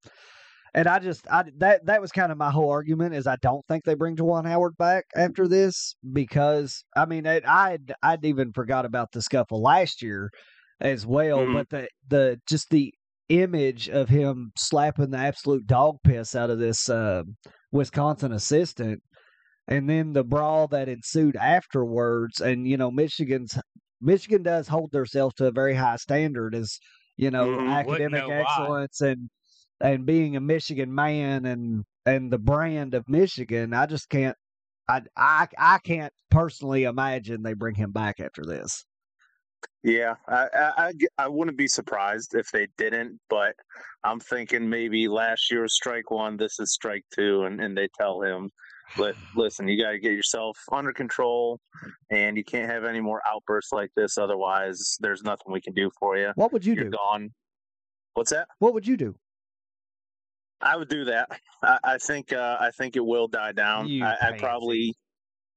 A: and I just I that that was kind of my whole argument is I don't think they bring Jawan Howard back after this because I mean it, I I'd, I'd even forgot about the scuffle last year as well,
E: Mhm.
A: but the the just the image of him slapping the absolute dog piss out of this uh, Wisconsin assistant. And then the brawl that ensued afterwards, and you know Michigan's Michigan does hold themselves to a very high standard as you know
E: Mhm.
B: Wouldn't
A: academic
B: know why.
A: excellence and and being a Michigan man and and the brand of Michigan. I just can't. I I I can't personally imagine they bring him back after this.
E: Yeah, I, I, I g- I wouldn't be surprised if they didn't, but I'm thinking maybe last year was strike one, this is strike two, and, and they tell him, Let, listen, you got to get yourself under control, and you can't have any more outbursts like this. Otherwise, there's nothing we can do for you.
A: What would you
E: You're
A: do?
E: gone. What's that?
A: What would you do?
E: I would do that. I, I think uh, I think it will die down.
A: You
E: I, I
A: pansy.
E: probably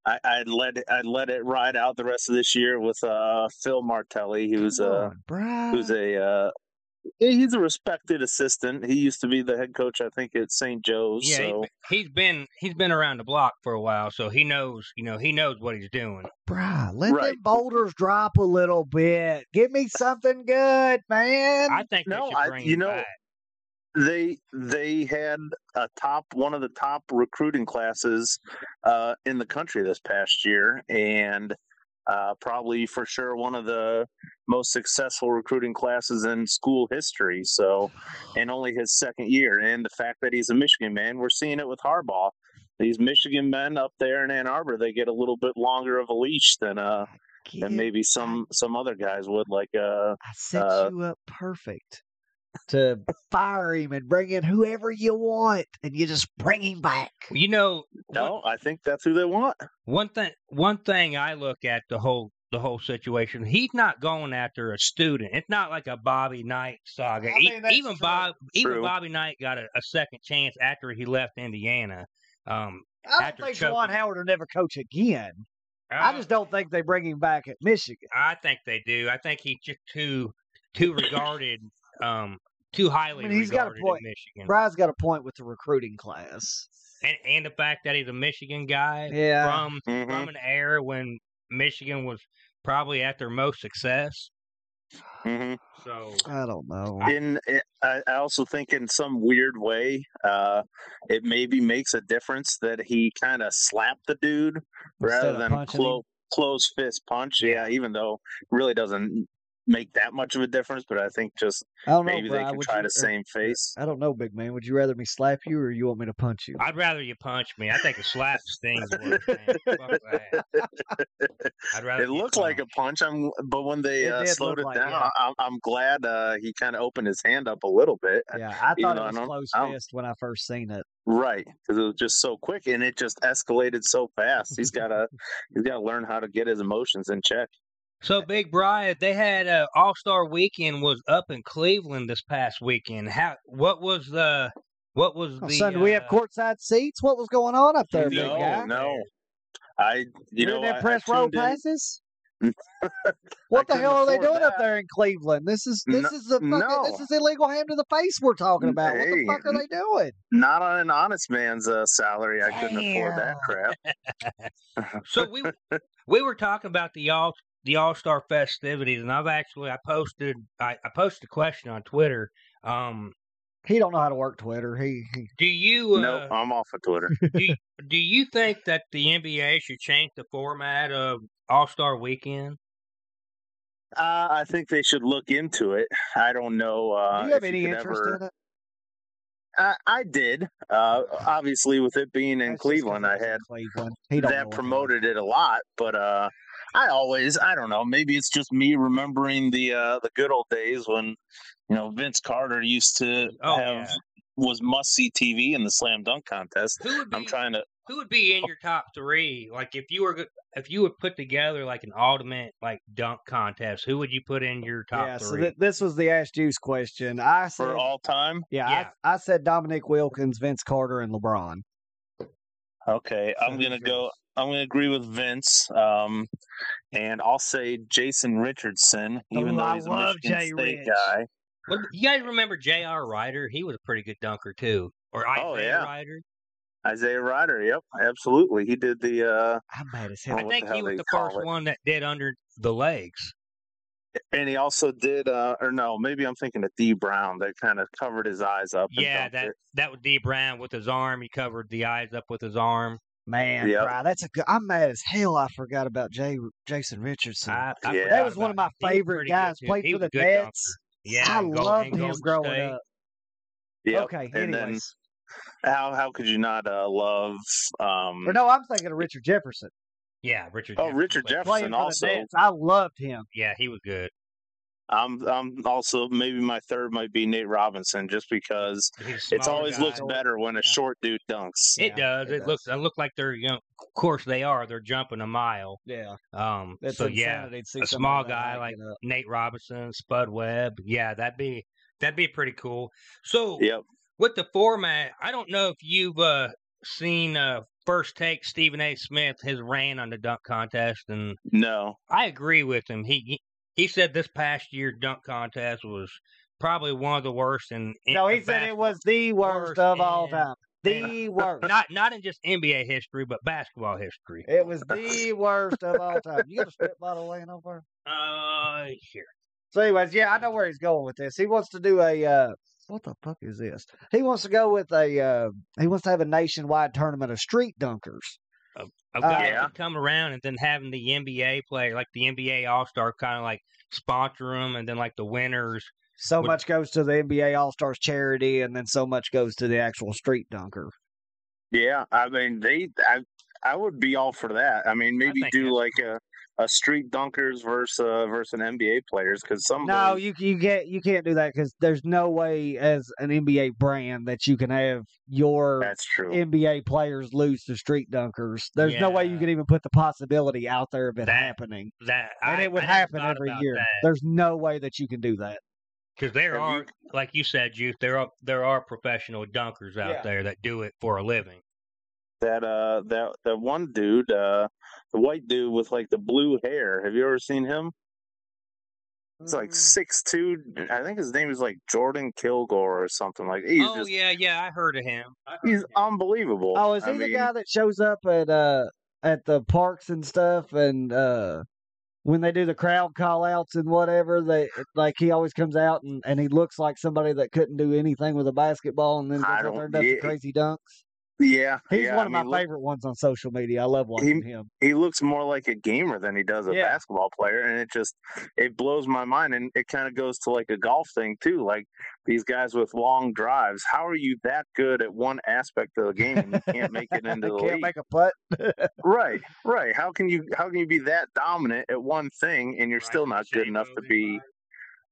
E: I, I'd let it, I'd let it ride out the rest of this year with uh, Phil Martelli, who's
A: Come
E: uh,
A: on, Brian.
E: who's a uh, he's a respected assistant. He used to be the head coach, I think, at St. Joe's.
B: Yeah,
E: so
B: he, he's been he's been around the block for a while, so he knows you know he knows what he's doing.
A: Brian, let
E: Right.
A: them boulders drop a little bit. Give me something good, man.
B: I think
E: No,
B: they should
E: I-
B: bring
E: you
B: him
E: know-
B: back.
E: they they had a top one of the top recruiting classes uh, in the country this past year, and uh, probably for sure one of the most successful recruiting classes in school history. So, and only his second year, and the fact that he's a Michigan man, we're seeing it with Harbaugh. These Michigan men up there in Ann Arbor, they get a little bit longer of a leash than uh
A: Kid,
E: than maybe some some other guys would, like uh
A: I set
E: uh,
A: you up perfect to fire him and bring in whoever you want, and you just bring him back.
B: You know,
E: no, I think that's who they want.
B: One thing, one thing I look at the whole the whole situation. He's not going after a student. It's not like a Bobby Knight saga.
A: I
B: E-
A: mean, that's
B: even
A: true.
B: Bob, even
E: True.
B: Bobby Knight got a, a second chance after he left Indiana. Um,
A: I
B: After
A: don't think
B: choking.
A: Juwan Howard will never coach again. I
E: Uh
A: just don't think they bring him back at Michigan.
B: I think they do. I think he's just too too regarded, um, too highly
A: I mean, he's got a
B: regarded
A: point.
B: in Michigan,
A: Brian's got a point with the recruiting class.
B: and and the fact that he's a Michigan guy
A: Yeah.
B: from
E: Mhm.
B: from an era when Michigan was probably at their most success.
E: hmm
B: So
A: I don't know.
E: In I I also think in some weird way, uh, it maybe makes a difference that he kind of slapped the dude
A: Instead
E: rather
A: of
E: than
A: punching
E: clo- close fist punch. Yeah, even though it really doesn't make that much of a difference, but I think just
A: I don't know,
E: maybe
A: Bri,
E: they can
A: would uh,
E: try
A: you-
E: the
A: or-
E: same face.
A: I don't know, big man. Would you rather me slap you or you want me to punch you?
B: I'd rather you punch me. I think a slap stings worse. Man. Fuck that. I'd rather
E: It
B: get
E: looked like a
B: punched.
E: punch, I'm, but when they
A: It
E: uh,
A: did
E: slowed
A: look
E: it
A: like-
E: down,
A: yeah.
E: I'm, I'm glad uh, he kind of opened his hand up a little bit.
A: Yeah, I thought it
E: Even though I
A: was
E: don't-
A: close
E: I don't-
A: fist when I first seen it.
E: Right, because it was just so quick, and it just escalated so fast. He's gotta, he's gotta learn how to get his emotions in check.
B: So Big Brian, they had uh, All Star Weekend was up in Cleveland this past weekend. How? What was the? What was
A: Oh,
B: the?
A: son, do we have
B: uh,
A: courtside seats? What was going on up there, big
E: no,
A: guy?
E: no, I, you
A: You're
E: know, I, I
A: press row
E: tuned in-
A: passes. What the
E: couldn't
A: hell are they
E: afford
A: doing up
E: that.
A: there in Cleveland? This is this
E: No-
A: is the fucking
E: no.
A: this is illegal hand to the face we're talking
E: N-
A: about. what the
E: hey,
A: fuck are
E: n-
A: they doing?
E: not on an honest man's uh, salary. I couldn't afford that crap.
B: So we we were talking about the all the All Star festivities, and I've actually I posted I, I posted a question on Twitter. Um,
A: He don't know how to work Twitter. He, he
B: do you uh,
E: nope, I'm off of Twitter.
B: do do you think that the NBA should change the format of All Star Weekend?
E: Uh, I think they should look into it. I don't know. Uh,
A: do you have
E: if
A: any
E: could
A: interest
E: ever-
A: in it?
E: I, I did. Uh, obviously, with it being in
A: That's just 'cause
E: Cleveland,
A: it
E: I
A: was in
E: had
A: Cleveland. He don't know what
E: that
A: they're-
E: promoted it a lot, but uh, I always I don't know. Maybe it's just me remembering the uh, the good old days when you know Vince Carter used to
B: Oh,
E: have
B: yeah.
E: was must see TV in the slam dunk contest.
B: Who would be
E: I'm trying to
B: who would be in your top three? Like if you were go- if you would put together like an ultimate like dunk contest, who would you put in your top
A: Yeah,
B: three?
A: so th- this was the Ash Juice question. I said,
E: for all time.
A: yeah,
B: Yeah.
A: I, I said Dominic Wilkins, Vince Carter, and LeBron.
E: Okay,
A: So
E: I'm gonna
A: who's
E: go.
A: yours?
E: I'm gonna agree with Vince, um, and I'll say Jason Richardson, even
A: Ooh,
E: though
A: Oh, I
E: he's a
A: love
E: Michigan
A: Jay
E: State
A: Rich.
E: guy.
B: What, you guys remember J.R. Ryder? He was a pretty good dunker too. Or Isaiah
E: Oh, yeah.
B: Ryder.
E: Isaiah Ryder, yep, absolutely. He did the uh,
A: I'm mad as
E: Oh,
A: hell.
B: I
E: what
B: think
E: the
B: he
E: hell
B: was
E: they
B: the
E: call
B: first
E: it.
B: one that did under the legs.
E: And he also did, uh, or no, maybe I'm thinking of D Brown that kind of covered his eyes up. And
B: Yeah,
E: dunked
B: that
E: it.
B: that was D Brown with his arm. He covered the eyes up with his arm.
A: Man,
E: Yep.
A: Bri, that's a good. I'm mad as hell. I forgot about Jay Jason Richardson.
B: I, I
E: Yeah.
B: forgot
A: that was one of my
B: about him. He was
A: favorite
B: pretty good,
A: guys.
B: too.
A: Played
B: He
A: for
B: was
A: the
B: a good dunker.
A: Nets.
B: Yeah,
A: I
B: and Gol-
A: loved
B: and
A: him
B: Golden
A: growing
B: State.
A: up.
E: Yep.
A: Okay,
E: And then
A: anyways.
E: how how could you not uh, love?
B: Mm.
E: Um,
A: Or no, I'm thinking of Richard Jefferson.
B: Yeah, Richard.
E: oh,
B: Jefferson
E: Richard
B: played-
E: Jefferson.
A: Playing for
E: also,
A: the Nets. I loved him.
B: Yeah, he was good.
E: I'm I'm also maybe my third might be Nate Robinson, just because
B: He's a
E: it's
B: smaller
E: always
B: guy.
E: looks better when a short dude dunks.
B: It does. It,
A: it
B: looks. It look like they're. You know, of course they are. They're jumping a mile.
A: Yeah.
B: Um.
A: That's
B: so yeah,
A: insanity to see
B: a
A: somebody
B: small
A: that
B: guy
A: high
B: like
A: get up.
B: Nate Robinson, Spud Webb. Yeah, that'd be that'd be pretty cool. So
E: Yep.
B: with the format, I don't know if you've uh, seen uh, first take Stephen A. Smith his rant on the dunk contest, and
E: No.
B: I agree with him. He he- he said this past year dunk contest was probably one of the worst in. in
A: No, he
B: in
A: said
B: bas-
A: it was the worst
B: worst
A: of all
B: in-
A: time. The worst.
B: not not in just NBA history, but basketball history.
A: It was the worst of all time. You got a spit bottle laying over?
B: Uh, here.
A: So, anyways, yeah, I know where he's going with this. He wants to do a uh, what the fuck is this? He wants to go with a uh, he wants to have a nationwide tournament of street dunkers.
B: I've
A: Uh,
B: got
E: Yeah.
B: to come around and then having the NBA play, like the NBA All Star, kind of like sponsor them, and then like the winners.
A: So
B: Would-
A: much goes to the NBA All Stars charity, and then so much goes to the actual street dunker.
E: Yeah, I mean they I I would be all for that. I mean maybe
B: think
E: do
B: that's
E: like a a street dunkers versus uh, versus an NBA players because some of
A: No,
E: those-
A: you you get you can't do that because there's no way as an NBA brand that you can have your
E: that's true.
A: NBA players lose to street dunkers. There's no way you
B: Yeah.
A: can even put the possibility out there of it
B: That-
A: happening,
B: That
A: and
B: I,
A: it would
B: I never
A: happen
B: thought
A: every
B: about
A: year.
B: that.
A: There's no way that you can do that.
B: Because there
E: Have
B: are,
E: you-
B: like you said, Juice, there are there are professional dunkers out
A: Yeah.
B: there that do it for a living.
E: That uh that that one dude uh the white dude with like the blue hair. Have you ever seen him? He's
B: Mm.
E: like six two. I think his name is like Jordan Kilgore or something like. He's
B: oh
E: just
B: yeah, yeah, I heard of him. I heard
E: he's
B: of him.
E: unbelievable.
A: Oh, is he
E: I
A: the
E: mean,
A: guy that shows up at uh at the parks and stuff and uh when they do the crowd call outs and whatever, they like he always comes out and, and he looks like somebody that couldn't do anything with a basketball and then goes
E: I
A: out
E: don't-
A: there and does
E: yeah.
A: some crazy dunks.
E: Yeah,
A: He's
E: yeah,
A: one of
E: I
A: my
E: mean, look-
A: favorite ones on social media. I love watching him.
E: he looks more like a gamer than he does a
A: Yeah.
E: basketball player and it just it blows my mind and it kind of goes to like a golf thing too like these guys with long drives how are you that good at one aspect of the game and you can't make it into the
A: Can't
E: league
A: make a putt.
E: right right how can you how can you be that dominant at one thing and you're
B: Right,
E: still not good
B: Shane
E: enough to
B: Bowman,
E: be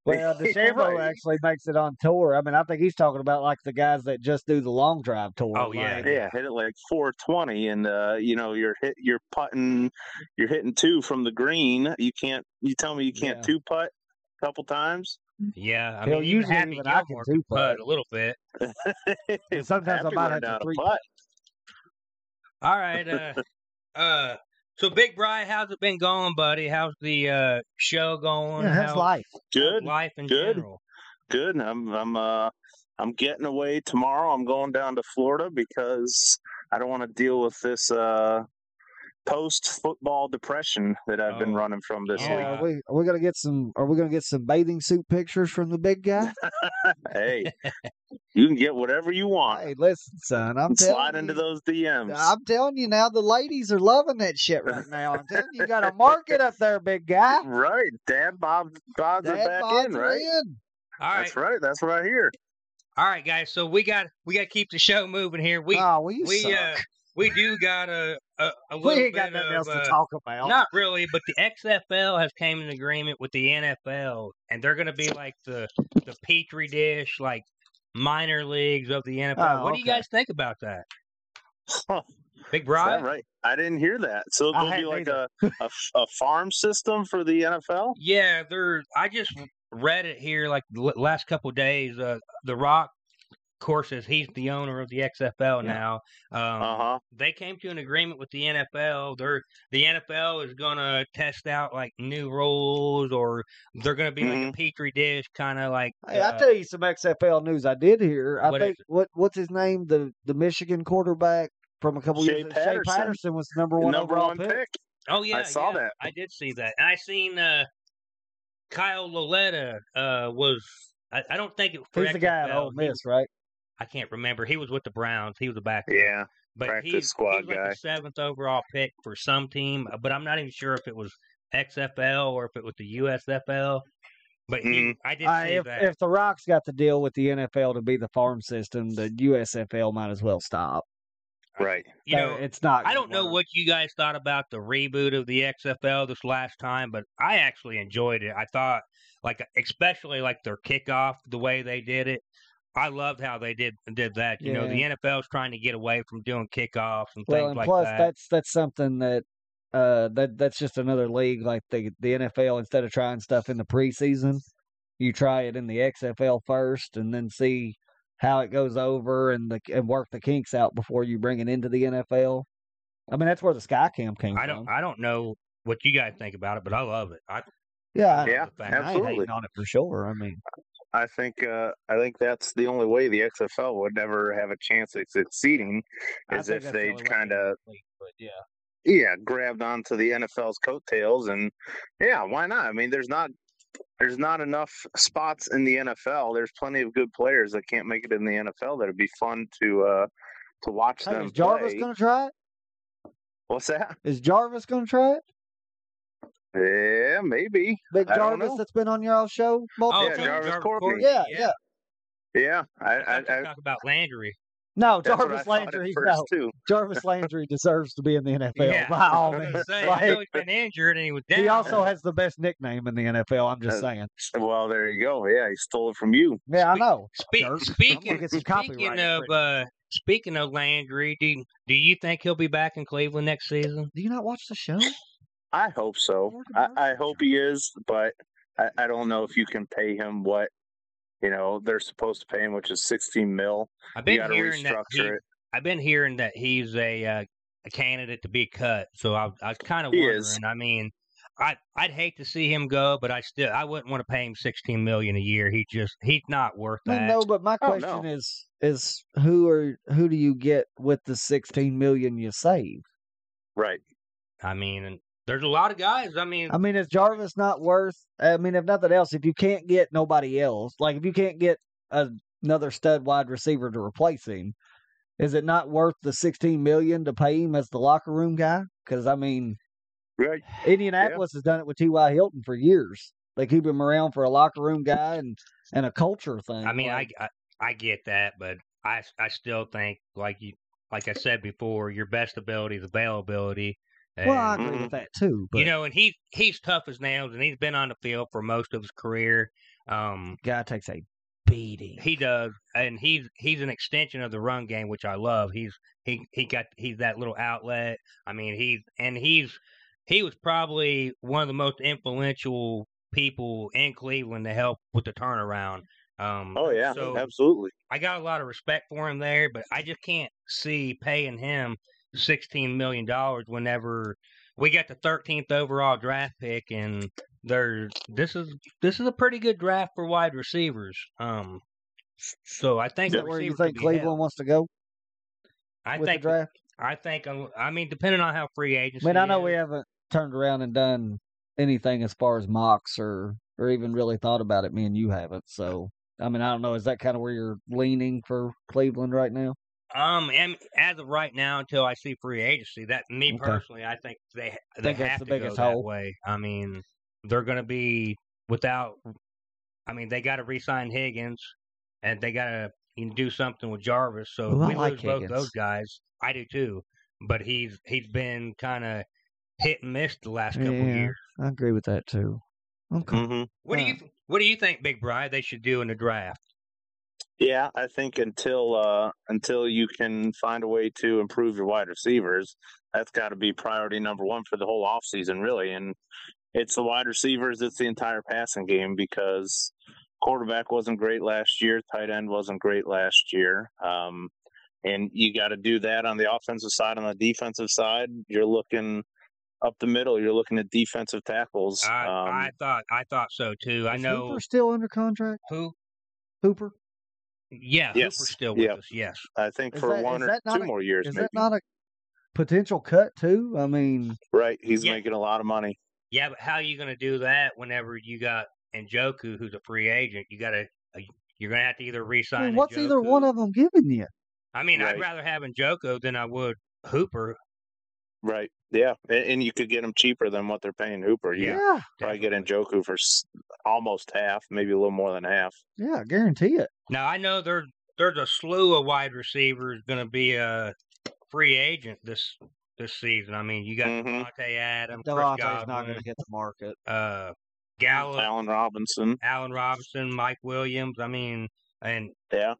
A: Well, DeChambeau
E: Right.
A: actually makes it on tour. I mean, I think he's talking about like the guys that just do the long drive tour.
B: Oh, yeah.
A: like-
E: yeah hit it like 420 and uh you know you're hit you're putting you're hitting two from the green you can't you tell me you can't
A: Yeah.
E: two putt a couple times
B: Yeah, I
A: Hell,
B: mean, even
A: usually
B: Happy
A: even I can
B: Gilmore
A: do
B: can
A: putt.
B: putt a little bit.
A: And sometimes I
E: Happy
A: might
E: learned
A: have to
E: how to
A: three.
E: putt.
B: All right. Uh, uh, so Big Bry, how's it been going, buddy? How's the uh, show going?
A: Yeah, that's
B: How's-
A: life.
B: how's
E: Good,
B: life in
E: good.
B: general.
E: good. And I'm I'm uh I'm getting away tomorrow. I'm going down to Florida because I don't want to deal with this uh post football depression that I've been
B: Oh,
E: running from this
A: Yeah,
E: week.
A: are we are we gonna get some? Are we gonna get some bathing suit pictures from the big guy?
E: Hey, you can get whatever you want.
A: hey, listen, son, I'm
E: Slide
A: telling
E: into
A: you,
E: those DMs.
A: I'm telling you now, the ladies are loving that shit right now. I'm telling you, you got a market up there, big guy.
E: right, Dad Bob Bob's are
A: Dad
E: back
A: bods
E: in,
A: are
E: right?
A: in.
B: All right,
E: That's right. That's what I hear.
B: all right, guys. So we got we got to keep the show moving here. We
A: oh, well, you
B: we
A: suck.
B: uh, we do got a a, a
A: we
B: little
A: ain't
B: bit
A: got nothing
B: of
A: else to
B: uh,
A: talk about.
B: Not really, but the XFL has came an agreement with the NFL, and they're going to be like the the petri dish, like minor leagues of the NFL.
A: Oh,
B: what do you
A: okay.
B: guys think about that,
E: Huh, is
B: Big
E: that
B: Brian?
E: right? I didn't hear that.
A: I
E: So there'll be
A: hadn't
E: like
A: either.
E: a, a a farm system for the NFL.
B: Yeah, there. I just read it here like the l- last couple days. Uh, the Rock, of course, is he's the owner of the XFL
A: Yeah. Uh-huh.
B: now. Um,
E: Uh huh.
B: they came to an agreement with the NFL. They're the NFL is gonna test out like new rules, or they're gonna be like a petri dish, kind of like.
A: Mm-hmm. Hey,
B: uh,
A: I tell you some XFL news I did hear. I
B: What is
A: think what what's his name the the Michigan quarterback from a couple
E: Shea
A: years ago. Shea
E: Patterson.
A: Patterson was the number one
E: Number
A: overall
E: one
A: pick.
E: pick.
B: Oh yeah,
E: saw
B: yeah,
E: that.
B: I did see that. And I seen uh, Kyle Loletta uh, was. I, I don't think it was for
A: He's the guy at
B: XFL.
A: Ole
B: He-
A: Miss, right?
B: I can't remember. He was with the Browns. He was a backup.
E: Yeah.
B: but
E: practice
B: he's,
E: squad
B: he was like
E: guy.
B: the seventh overall pick for some team. uh, But I'm not even sure if it was XFL or if it was the USFL. But he,
E: Mhm.
B: I did
A: Uh,
B: see
A: if
B: that.
A: if the Rock's got the deal with the NFL to be the farm system, the USFL might as well stop.
E: Right.
B: you
A: They-
B: know,
A: it's not.
B: I
A: gonna
B: don't know
A: work.
B: what you guys thought about the reboot of the XFL this last time, but I actually enjoyed it. I thought, like, especially like their kickoff, the way they did it. I loved how they did did that. You know, the NFL's trying to get away from doing kickoffs and
A: Well,
B: things
A: and
B: like
A: plus
B: that.
A: that's that's something that uh that that's just another league like the the NFL instead of trying stuff in the preseason, you try it in the XFL first and then see how it goes over and the and work the kinks out before you bring it into the NFL. I mean that's where the Skycam came
B: I
A: from.
B: don't, I don't know what you guys think about it, but I love it. I,
A: yeah,
B: I
A: I,
E: Yeah,
B: love the fact
A: I ain't
B: that
E: absolutely.
A: hating on it for sure. I mean,
E: I think uh, I think that's the only way the XFL would never have a chance at succeeding
A: I
E: is
A: think
E: if
A: that's the
E: they
A: only way
E: kind of
A: but yeah.
E: yeah grabbed onto the NFL's coattails and yeah why not I mean there's not there's not enough spots in the NFL there's plenty of good players that can't make it in the NFL that'd be fun to uh, to watch
A: Hey,
E: them
A: is Jarvis
E: play
A: gonna try it?
E: what's that
A: Is Jarvis gonna try it?
E: yeah maybe
A: Big
E: I don't
A: Jarvis
E: know.
A: that's been on your show multiple
B: Oh,
E: yeah,
A: times?
B: Jar-
E: Jarvis
B: Courtney,
E: Courtney.
A: Yeah, yeah.
E: yeah I
B: I,
E: I,
B: thought you
E: I
B: talk about Landry.
A: No,
E: that's what I
A: Jarvis
E: thought at
A: Landry.
E: first
A: No,
E: too
A: Jarvis Landry deserves to be in the NFL
B: Yeah,
A: by all
B: I was
A: means.
B: gonna say, I
A: Like,
B: know he's been injured and he was down.
A: he also has the best nickname in the NFL. I'm just
E: Uh,
A: saying.
E: well there you go yeah he stole it from you
A: Yeah, I
B: spe-
A: know.
B: Speak,
A: jerk. I'm gonna
B: speaking
A: get some
B: speaking
A: copyright
B: of
A: infringement.
B: uh, speaking of Landry, do do you think he'll be back in Cleveland next season?
A: Do you not watch the show?
E: I hope so.
A: Lord have
E: I, I
A: mercy,
E: hope he is, but I, I don't know if you can pay him what you know they're supposed to pay him, which is sixteen mil.
B: I've
E: You
B: been
E: got to
B: hearing that
E: restructure
B: he,
E: it.
B: I've been hearing that he's a uh, a candidate to be cut. So I, I was kind of
E: He
B: wondering.
E: is.
B: I mean, I I'd hate to see him go, but I still I wouldn't want to pay him sixteen million a year. He just he's not worth
A: I
B: that.
A: mean, no, but my
E: I don't
A: question
E: know.
A: is is who are who do you get with the 16 million you save?
E: Right.
B: I mean, and There's a lot of guys. I mean,
A: I mean, is Jarvis not worth? I mean, if nothing else, if you can't get nobody else, like if you can't get a, another stud wide receiver to replace him, is it not worth the sixteen million to pay him as the locker room guy? Because I mean,
E: Right.
A: Indianapolis has done it with T.Y. Hilton for years. They keep him around for a locker room guy and and a culture thing.
B: I mean, I,
A: Like,
B: I I get that, but I I still think like you like I said before, your best ability is availability. And,
A: well, I agree
E: Mhm.
A: with that too. But
B: you know, and he he's tough as nails, and he's been on the field for most of his career. Um,
A: guy takes a beating.
B: he does, and he's he's an extension of the run game, which I love. He's he he got he's that little outlet. I mean, he's and he's he was probably one of the most influential people in Cleveland to help with the turnaround. Um,
E: Oh yeah,
B: so
E: absolutely.
B: I got a lot of respect for him there, but I just can't see paying him sixteen million dollars whenever we got the thirteenth overall draft pick and there this is this is a pretty good draft for wide receivers. Um s- so I think
A: Is
B: the
A: that where you
B: receivers
A: think
B: could be held.
A: Cleveland wants to go
B: I
A: with
B: think
A: the draft?
B: I think um, I mean depending on how free agency
A: I mean, I know we
B: is.
A: haven't turned around and done anything as far as mocks or or even really thought about it. Me and you haven't. So, I mean, I don't know. Is that kind of where you're leaning for Cleveland right now?
B: um and as of right now until I see free agency that me
A: Okay.
B: personally I think they they
A: think that's
B: have
A: the
B: to
A: biggest
B: go that
A: hole.
B: way. I mean they're going to be without I mean, they got to re-sign Higgins, and they got to do something with Jarvis. So if
A: Ooh, I
B: we
A: like
B: lose both
A: Higgins.
B: those guys. I do too, but he's he's been kind of hit and miss the last couple
A: Yeah.
B: years.
A: I agree with that too. Okay.
B: Mm,
E: hmm
B: What do
A: Yeah.
B: you What do you think, Big Bri? They should do in the draft?
E: Yeah, I think until uh, until you can find a way to improve your wide receivers, that's got to be priority number one for the whole offseason, really. And it's the wide receivers, it's the entire passing game because quarterback wasn't great last year, tight end wasn't great last year. Um, and you got to do that on the offensive side. On the defensive side, you're looking up the middle. You're looking at defensive tackles.
B: I,
E: um,
B: I thought I thought so too. I
A: Is
B: know
A: Hooper still under contract.
B: who.
A: Hooper
B: Yeah,
E: Yes.
B: Hooper's still with
E: Yeah.
B: us. Yes,
E: I think
A: Is
E: for
A: that-
E: one
A: is
E: or
A: that not
E: two
A: a-
E: more years,
A: is
E: maybe.
A: that not a potential cut too? I mean,
E: right? He's
B: Yeah.
E: making a lot of money.
B: yeah, but how you going to do that whenever you got Njoku, who's a free agent? You got to you're going to have to either
A: I
B: re-sign.
A: mean, what's either one
B: Njoku.
A: of them giving you?
B: I mean, I'd
E: Right.
B: rather have Njoko than I would Hooper.
E: Right. Yeah, and, and you could get him cheaper than what they're paying Hooper. You
B: Yeah.
E: yeah,
A: yeah,
E: probably
B: definitely.
E: get Njoku for s- almost half, maybe a little more than half.
A: yeah I guarantee it.
B: Now I know there there's a slew of wide receivers going to be a free agent this this season. I mean, you got
E: Mhm.
B: Devontae Adams, Chris
A: Devontae's not going
B: Godwin,
A: to hit the market.
B: uh, Gallup,
E: Allen Robinson.
B: Allen Robinson, Mike Williams. I mean, and
E: Yeah.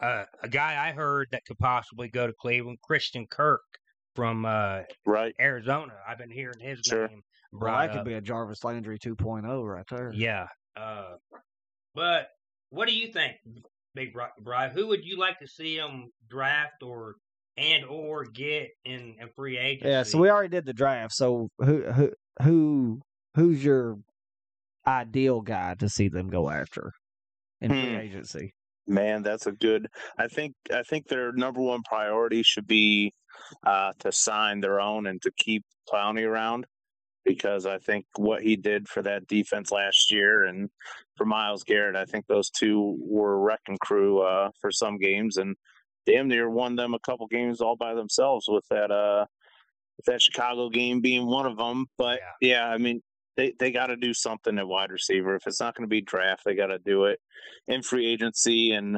B: uh, a guy I heard that could possibly go to Cleveland, Christian Kirk from uh,
E: Right.
B: Arizona. I've been hearing his
E: Sure.
B: name
A: Well,
B: brought
A: that could
B: up.
A: be a Jarvis Landry 2.0 right there.
B: Yeah. Uh, but what do you think, Big Bri? Bri? Who would you like to see him draft or and or get in a free agency?
A: Yeah, so we already did the draft. So who who who who's your ideal guy to see them go after in free
E: Hmm.
A: agency?
E: Man, that's a good. I think I think their number one priority should be uh, to sign their own and to keep Clowney around because I think what he did for that defense last year and for Miles Garrett, I think those two were a wrecking crew uh, for some games and damn near won them a couple games all by themselves with that uh, with that Chicago game being one of them. But yeah, I mean. They, they got to do something at wide receiver. If it's not going to be draft, they got to do it in free agency. And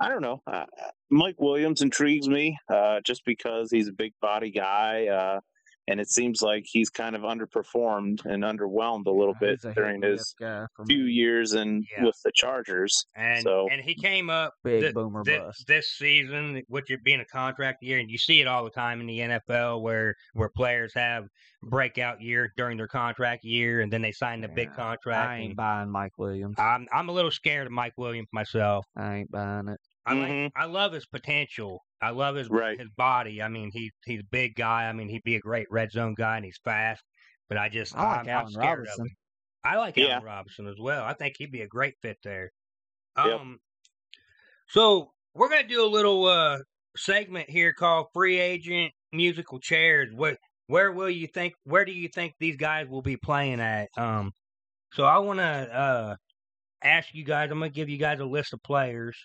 E: I don't know. Uh, Mike Williams intrigues me uh, just because he's a big body guy. Uh, and it seems like he's kind of underperformed and underwhelmed a little
A: Yeah,
E: bit
A: he's a hit
E: during
A: and miss
E: his
A: guy for
E: few
A: me.
E: years and
B: Yeah.
E: with the Chargers.
B: and
E: so-
B: and he came up
A: big
B: thi-
A: boomer
B: thi-
A: bust.
B: this season, with it being a contract year, and you see it all the time in the NFL where where players have breakout year during their contract year, and then they sign the big
A: Yeah,
B: contract.
A: I ain't
B: and
A: buying Mike Williams.
B: I'm I'm a little scared of Mike Williams myself.
A: I ain't buying it.
B: I
E: Mhm.
B: like
A: Mm-hmm.
B: I love his potential. I love his
E: Right.
B: his body. I mean, he he's a big guy. I mean, he'd be a great red zone guy, and he's fast. But I just
A: I like
B: I'm, I'm
A: Allen
B: scared
A: Robinson.
B: of him. I like
E: Yeah.
B: Allen Robinson as well. I think he'd be a great fit there.
E: Yep.
B: Um, so we're gonna do a little uh segment here called "Free Agent Musical Chairs." What Where will you think? Where do you think these guys will be playing at? Um, so I want to uh ask you guys. I'm gonna give you guys a list of players,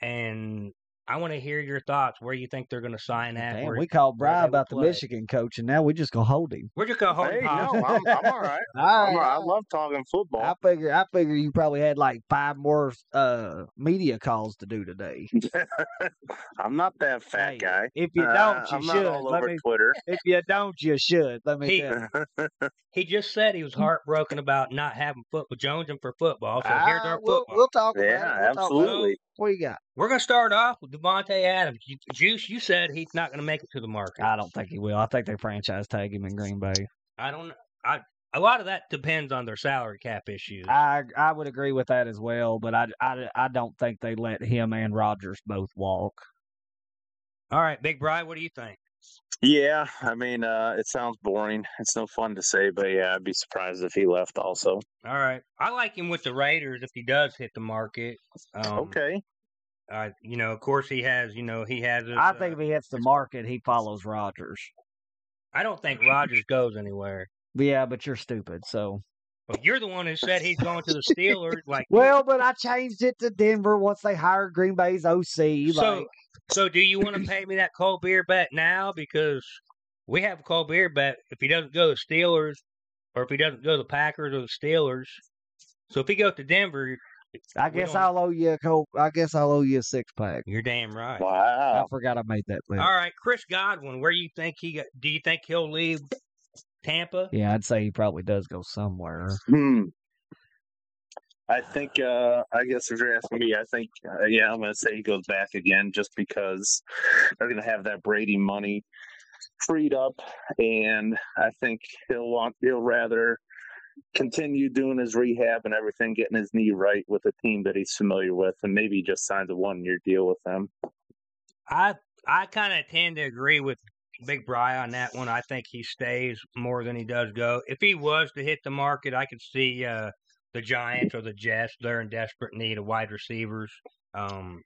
B: and I want to hear your thoughts. Where you think they're gonna sign at?
A: Oh, Damn,
B: where-
A: we called
B: where
A: Bry
B: they
A: about the
B: will play.
A: Michigan coach, and now we just gonna hold him.
B: We're just gonna hold.
E: Hey,
B: hostage.
E: no, I'm, I'm all right.
A: All
E: I'm all right. I
A: right.
E: love talking
A: I
E: football.
A: figure I figure you probably had like five more uh media calls to do today.
E: I'm not that fat
A: Hey,
E: guy.
A: If you
E: Uh,
A: don't, you
E: I'm
A: should.
E: not all
A: Let
E: over
A: me
E: Twitter.
A: if you don't, you should. Let me
B: He-
A: tell you.
B: He just said he was
A: Mm.
B: heartbroken about not having football, Jonesing for football. So here's
A: Ah,
B: our
A: we'll,
B: football.
A: we'll talk about it.
E: yeah,
A: We'll talk about it.
E: absolutely.
A: What you got?
B: We're gonna start off with Devontae Adams. You- Juice, you said he's not gonna make it to the market.
A: I don't think he will. I think they franchise tag him in Green Bay.
B: I don't. I a lot of that depends on their salary cap issues.
A: I I would agree with that as well, but I, I, I don't think they let him and Rogers both walk.
B: All right, Big Brian, what do you think?
E: Yeah, I mean, uh, it sounds boring. It's no fun to say, but yeah, I'd be surprised if he left also.
B: All right, I like him with the Raiders if he does hit the market. Um,
E: okay.
B: I, you know, of course he has. You know, he has. his,
A: I
B: uh,
A: think if he hits the market, he follows Rogers.
B: I don't think Rogers goes anywhere.
A: Yeah, but you're stupid. So
B: But you're the one who said he's going to the Steelers. Like,
A: well, but I changed it to Denver once they hired Green Bay's OC.
B: so,
A: like
B: so do you want to pay me that cold beer bet now? Because we have a cold beer bet. If he doesn't go to the Steelers, or if he doesn't go to the Packers or the Steelers, so if he goes to Denver,
A: I
B: we
A: guess
B: don't-
A: I'll owe you a co- I guess I'll owe you a six pack.
B: you're damn right.
A: I
E: Wow.
A: forgot I made that bet.
B: All right, Chris Godwin, where you think he? Got, do you think he'll leave Tampa?
A: Yeah, I'd say he probably does go somewhere.
E: Hmm. I think, uh, I guess if you're asking me, I think, uh, yeah, I'm going to say he goes back again just because they're going to have that Brady money freed up. And I think he'll want, he'll rather continue doing his rehab and everything, getting his knee right with a team that he's familiar with. And maybe he just signs a one year deal with them.
B: I I kind of tend to agree with Big Bry on that one. I think he stays more than he does go. If he was to hit the market, I could see uh, the Giants or the Jets. They're in desperate need of wide receivers. Um,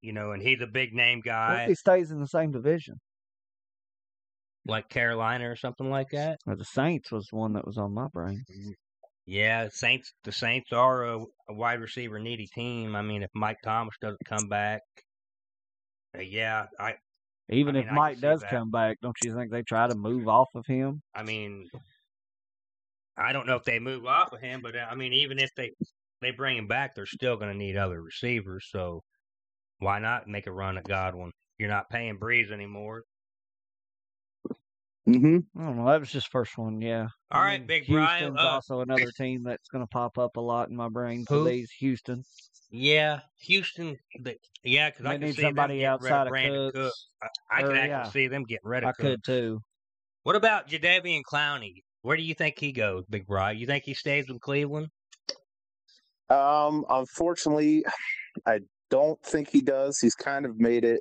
B: you know, and he's a big name
A: What if
B: guy,
A: he stays in the same division?
B: like Carolina or something like that.
A: Or the Saints was the one that was on my brain.
B: Yeah, Saints. The Saints are a, a wide receiver needy team. I mean, if Mike Thomas doesn't come back, uh, yeah, I
A: Even
B: I mean,
A: if
B: I can
A: Mike
B: see
A: does
B: that.
A: come back, don't you think they try to move off of him?
B: I mean, I don't know if they move off of him, but uh, I mean, even if they they bring him back, they're still going to need other receivers. So why not make a run at Godwin? You're not paying Breeze anymore.
E: Mm-hmm.
A: I don't know. That was just first one, yeah.
B: All
A: I
B: right,
A: mean,
B: Big Brian,
A: Houston's
B: uh,
A: also another team that's going to pop up a lot in my brain.
B: Who?
A: for these Houston.
B: Yeah, Houston. They, yeah, because I
A: They
B: can
A: need
B: see them
A: somebody
B: getting rid of
A: outside of
B: Brandon
A: Cooks.
B: Cook. I, I could
A: Or,
B: actually
A: yeah.
B: see them getting rid of
A: I
B: Cook.
A: could too.
B: What about Jadavian Clowney? Where do you think he goes, Big Brian? You think he stays in Cleveland?
E: Um, unfortunately, I don't think he does. He's kind of made it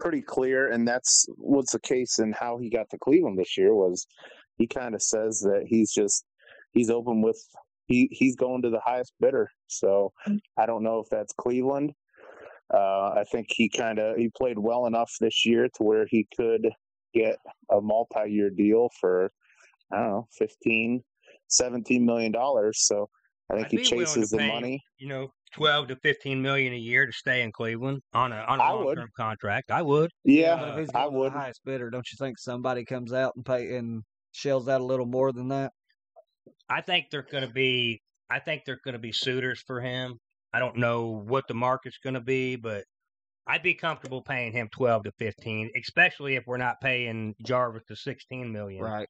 E: pretty clear, and that's what's the case in how he got to Cleveland this year was he kind of says that he's just he's open with he he's going to the highest bidder. So I don't know if that's Cleveland. Uh, I think he kind of he played well enough this year to where he could get a multi-year deal for I don't know 15 17 million dollars. So I think
B: I'd
E: he
B: be willing to
E: chases the
B: pay him
E: money.
B: you know, twelve to fifteen million a year to stay in Cleveland on a on a
E: I would.
B: long term contract. I would.
E: Yeah,
A: But if
B: Uh,
A: he's
E: I
A: going to
E: would.
A: the highest bidder, don't you think somebody comes out and pay and shells out a little more than that?
B: I think they're going to be. I think they're going to be suitors for him. I don't know what the market's going to be, but I'd be comfortable paying him twelve to fifteen, especially if we're not paying Jarvis to sixteen million.
A: Right.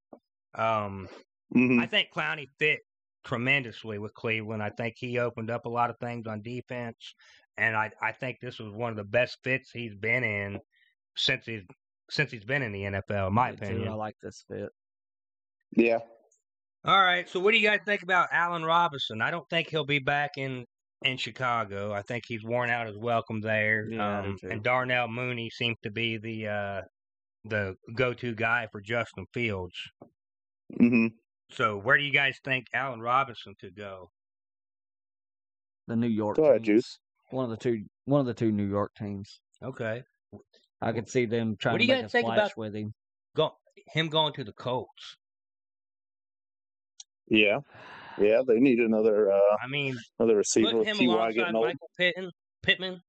B: Um,
A: Hmm.
E: Mhm.
B: I think Clowney fit tremendously with Cleveland. I think he opened up a lot of things on defense, and I I think this was one of the best fits he's been in since he's since he's been in the NFL, in my
A: Me too,
B: opinion.
A: I like this fit.
E: Yeah.
B: All right. So, what do you guys think about Allen Robinson? I don't think he'll be back in in Chicago. I think he's worn out his welcome there.
A: Yeah, I do
B: um,
A: too.
B: and Darnell Mooney seems to be the uh, the go to guy for Justin Fields.
E: hmm
B: So, where do you guys think Allen Robinson could go?
A: The New York
E: Go ahead,
A: teams.
E: Juice.
A: One of the two. One of the two New York teams.
B: Okay.
A: I could see them trying to
B: do you
A: make
B: guys
A: a
B: think
A: splash
B: about-
A: with him.
B: Go. him going to the Colts.
E: Yeah, yeah, they need another uh,
B: I mean,
E: another receiver
B: putting
E: with
B: him
E: Ty
B: alongside
E: getting old.
B: Michael Pittman, Pittman,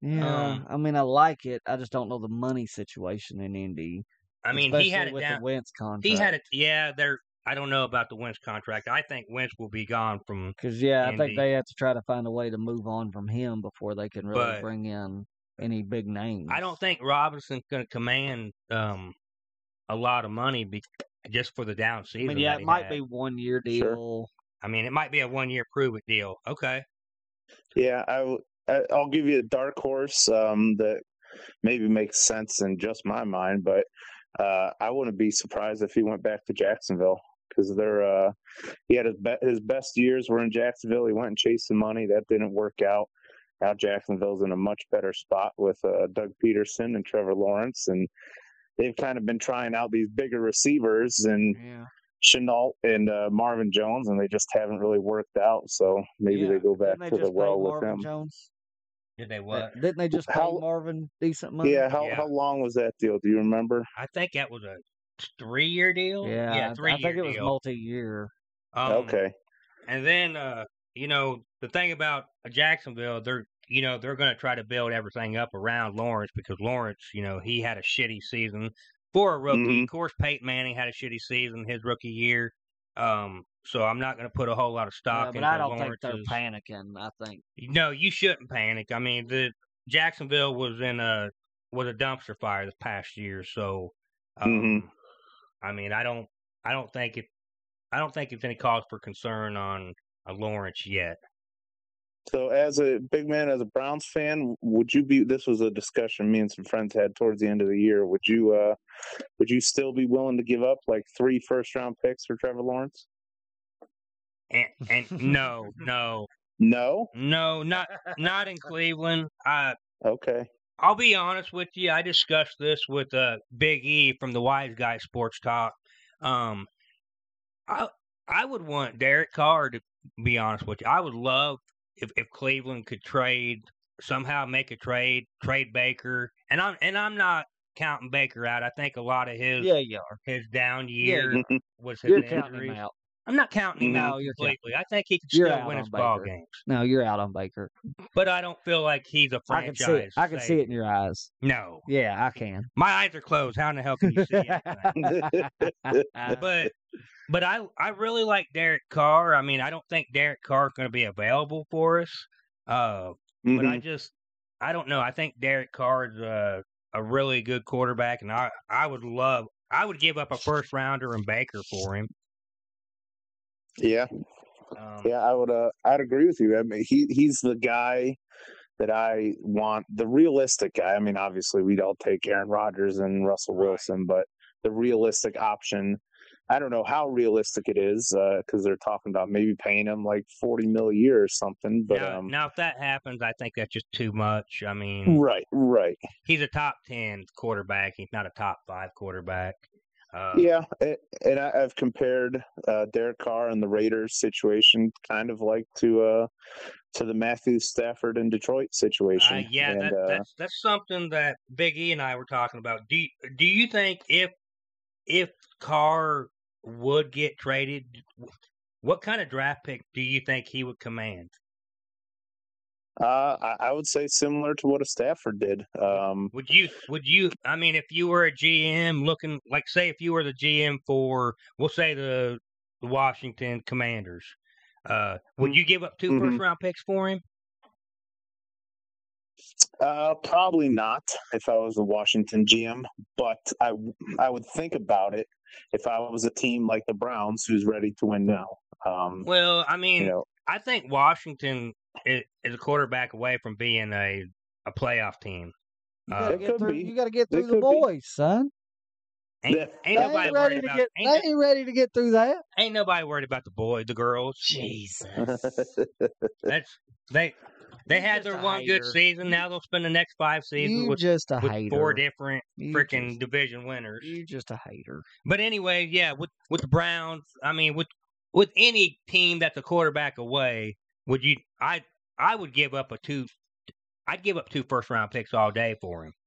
G: Yeah,
B: Um,
G: I mean, I like it. I just don't know the money situation in Indy.
B: I mean,
G: especially
B: he had it
G: with
B: down.
G: the Wentz contract.
B: He had it. Yeah, they're. I don't know about the Wentz contract. I think Wentz will be gone from.
G: because yeah, I
B: Indy.
G: think they have to try to find a way to move on from him before they can really
B: But-
G: bring in any big names.
B: I don't think Robinson's going to command um, a lot of money be, just for the down
G: I
B: season.
G: mean, yeah,
B: that
G: it
B: he
G: might
B: had.
G: be one year deal.
E: Sure.
B: I mean, it might be a one-year prove-it deal. Okay,
E: Yeah, I w- I, will give you a dark horse um, that maybe makes sense in just my mind, but uh, I wouldn't be surprised if he went back to Jacksonville because they're uh, he had his be- his best years were in Jacksonville. He went and chased some money that didn't work out. Now Jacksonville's in a much better spot with uh, Doug Peterson and Trevor Lawrence, and they've kind of been trying out these bigger receivers and
G: Yeah,
E: Chenault and uh, Marvin Jones, and they just haven't really worked out. So maybe they
G: Yeah,
E: go
G: didn't
E: back
G: they
E: to the
G: just pay
E: well with
G: Marvin
E: them.
G: Jones?
B: did they
G: Uh,
B: what?
G: Didn't they just pay
E: How-
G: Marvin decent money?
E: Yeah, how
B: Yeah.
E: how long was that deal? Do you remember?
B: I think that was a three-year deal.
G: Yeah, I-
B: three-year
G: I think it was
B: deal.
G: multi-year.
B: Um,
E: okay.
B: And then, uh, you know, the thing about uh, Jacksonville, they're you know they're going to try to build everything up around Lawrence because Lawrence, you know, he had a shitty season for a rookie.
E: Mhm.
B: Of course, Peyton Manning had a shitty season his rookie year. Um, so I'm not going to put a whole lot of stock.
G: Yeah, but
B: into
G: I don't think
B: Lawrence's,
G: they're panicking. I think
B: No, you shouldn't panic. I mean, the Jacksonville was in a was a dumpster fire this past year, so um,
E: Mhm.
B: I mean, I don't, I don't think it, I don't think it's any cause for concern on uh, Lawrence yet.
E: So as a big man, as a Browns fan, would you be? This was a discussion me and some friends had towards the end of the year. Would you? uh Would you still be willing to give up like three first round picks for Trevor Lawrence?
B: And, and no, no,
E: No.
B: no, not not in Cleveland. I
E: Okay.
B: I'll be honest with you. I discussed this with uh, Big E from the Wise Guy Sports Talk. Um, I I would want Derek Carr to be honest with you. I would love if, if Cleveland could trade somehow make a trade, trade Baker, and I'm and I'm not counting Baker out. I think a lot of his
G: yeah, you are.
B: his down
G: Yeah,
B: year
E: you are.
B: was his
G: You're counting
B: injuries.
G: him out.
B: I'm not counting him
E: Mhm.
B: out
G: No, you're counting-
B: completely. I think he could
G: You're
B: still
G: out
B: win
G: on
B: his ball
G: Baker.
B: games,
G: No, you're out on Baker.
B: but I don't feel like he's a
G: I can see. It.
B: franchise.
G: I can see it in your eyes.
B: No,
G: Yeah, I can.
B: my eyes are closed. How in the hell can you see anything? but but I I really like Derek Carr. I mean, I don't think Derek Carr is going to be available for us. Uh, but I
E: Mhm.
B: just I don't know. I think Derek Carr is a, a really good quarterback, and I I would love I would give up a first rounder and Baker for him.
E: yeah.
B: Um,
E: Yeah, I would. Uh, I'd agree with you. I mean, he he's the guy that I want, the realistic guy. I mean, obviously, we'd all take Aaron Rodgers and Russell
B: Right.
E: Wilson, but the realistic option. I don't know how realistic it is because they're talking about maybe paying him like forty mil a year or something. But
B: now,
E: um, Mm.
B: now if that happens, I think that's just too much. I mean,
E: right, right,
B: he's a top ten quarterback. He's not a top five quarterback. Uh,
E: yeah. a- and I, I've compared uh, Derek Carr and the Raiders situation kind of like to uh, to the Matthew Stafford and Detroit situation.
B: Uh, yeah,
E: and,
B: that,
E: uh,
B: that's that's something that Big E and I were talking about. Do do you think if if Carr would get traded, what kind of draft pick do you think he would command?
E: Uh, I, I would say similar to what a Stafford did. Um,
B: Would you would you? I mean, if you were a GM looking, like say, if you were the GM for, we'll say the, the Washington Commanders, uh, would
E: Mm.
B: you give up 2
E: Mhm.
B: first round picks for him?
E: uh, probably not if I was a Washington GM, but I w- I would think about it if I was a team like the Browns who's ready to win now. Um,
B: Well, I mean,
E: you know,
B: I think Washington is, is a quarterback away from being a a playoff team.
G: You
B: Uh,
G: gotta
E: It
G: get
E: could
G: through.
E: be.
G: You gotta get
E: It
G: through the
E: could be.
G: boys, son.
B: Ain't,
E: Yeah.
B: ain't
G: They
B: nobody
G: ain't
B: worried
G: ready to
B: about
G: get.
B: ain't,
G: They ain't ready to get through that.
B: ain't nobody worried about the boy, the girls.
G: Jesus.
B: That's they they
G: You're
B: had
G: just
B: their
G: a
B: one good
G: hater.
B: season. Now they'll spend the next five seasons
G: You
B: with
G: just a
B: with
G: hater.
B: four different
G: You
B: freaking
G: just-
B: division winners.
G: You just a hater.
B: But anyway, yeah, with with the Browns, I mean with with any team that's a quarterback away, would you? I I would give up a two. I'd give up two first round picks all day for him.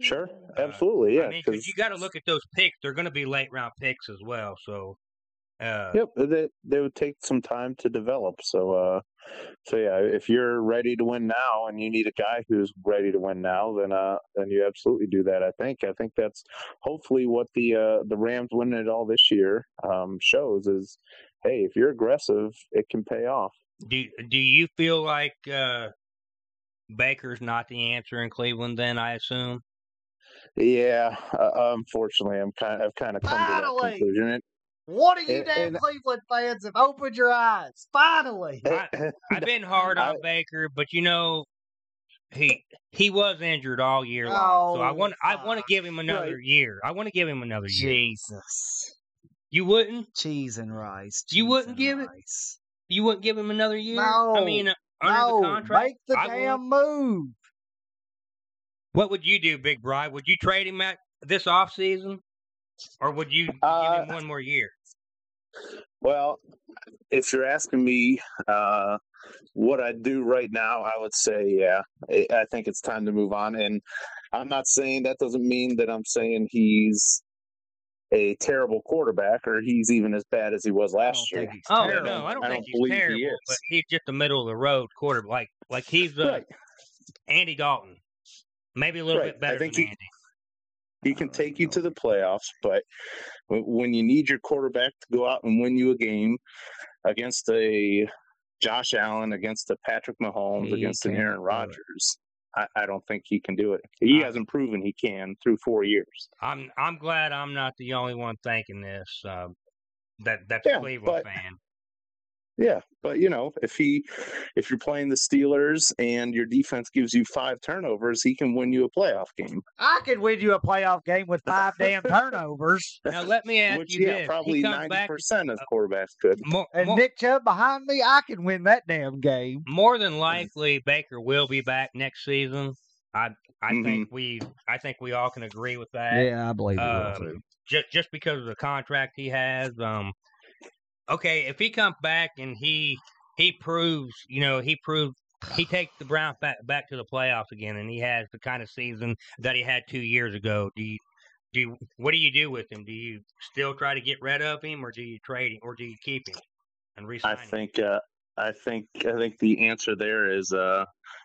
E: Sure,
B: Uh,
E: absolutely, yeah.
B: I mean,
E: 'cause-
B: because you got to look at those picks. They're going to be late round picks as well. So, uh,
E: Yep, they they would take some time to develop. So, uh, so yeah, if you're ready to win now and you need a guy who's ready to win now, then uh, then you absolutely do that. I think I think that's hopefully what the uh, the Rams winning it all this year um, shows is, hey, if you're aggressive, it can pay off.
B: do do you feel like uh, Baker's not the answer in Cleveland? Then I assume.
E: Yeah, uh, unfortunately, I'm kind I've kind of come to
A: Finally.
E: that conclusion. It-
A: What are you
E: And-
A: damn
E: and-
A: Cleveland fans have opened your eyes? Finally.
B: I- I've been hard on
E: I-
B: Baker, but you know, he he was injured all year long. So I
A: Oh,
B: want I want to
A: fuck.
B: give him another
E: Right.
B: year. I want to give him another year.
A: Jesus.
B: You wouldn't?
A: Cheese and rice.
B: You
A: cheese
B: wouldn't
A: and
B: give it?
A: rice.
B: You wouldn't give him another year? I
A: No.
B: mean, uh, under
A: No,
B: the contract.
A: make the
B: I would.
A: damn move.
B: What would you do, Big Bri? Would you trade him at this offseason? Or would you
E: Uh,
B: give him one more year?
E: Well, if you're asking me uh, what I do right now, I would say, yeah, I I think it's time to move on. And I'm not saying that doesn't mean that I'm saying he's a terrible quarterback or he's even as bad as he was
G: I
E: last
G: don't
E: year.
G: think he's
B: Oh
G: terrible.
B: no, I don't
E: I
B: think
E: don't
B: he's
E: believe he
B: terrible, but
E: is.
B: he's just a middle of the road quarterback. Like like he's uh,
E: Right.
B: Andy Dalton. Maybe a little
E: Right.
B: bit
E: I
B: better
E: think
B: than
E: he-
B: Andy.
E: He can take you to the playoffs, but w- when you need your quarterback to go out and win you a game against a Josh Allen, against a Patrick Mahomes,
G: He
E: against an
G: can't
E: Aaron
G: do it.
E: Rodgers, I, I don't think he can do it. He
B: I-
E: hasn't proven he can through four years.
B: I'm I'm glad I'm not the only one thinking this. Uh, that that's
E: Yeah,
B: a Cleveland
E: but-
B: fan.
E: Yeah, but you know, if he if you're playing the Steelers and your defense gives you five turnovers, he can win you a playoff game.
A: I could win you a playoff game with five damn turnovers.
B: Now let me ask
E: Which
B: you
E: yeah,
B: this:
E: probably
B: he comes
E: ninety
B: back Oh.
E: percent of quarterbacks could.
B: more,
A: And
B: more,
A: Nick Chubb behind me, I can win that damn game.
B: more than likely Baker will be back next season. I I think
E: Mm-hmm.
B: we I think we all can agree with that.
A: Yeah, I believe it will
B: Um,
A: too.
B: just just because of the contract he has. Um, okay, if he comes back and he he proves, you know, he proved he takes the Browns back back to the playoffs again, and he has the kind of season that he had two years ago. Do you do you- what do you do with him? Do you still try to get rid of him, or do you trade him, or do you keep him and resign
E: I
B: him?
E: think uh I think I think the answer there is uh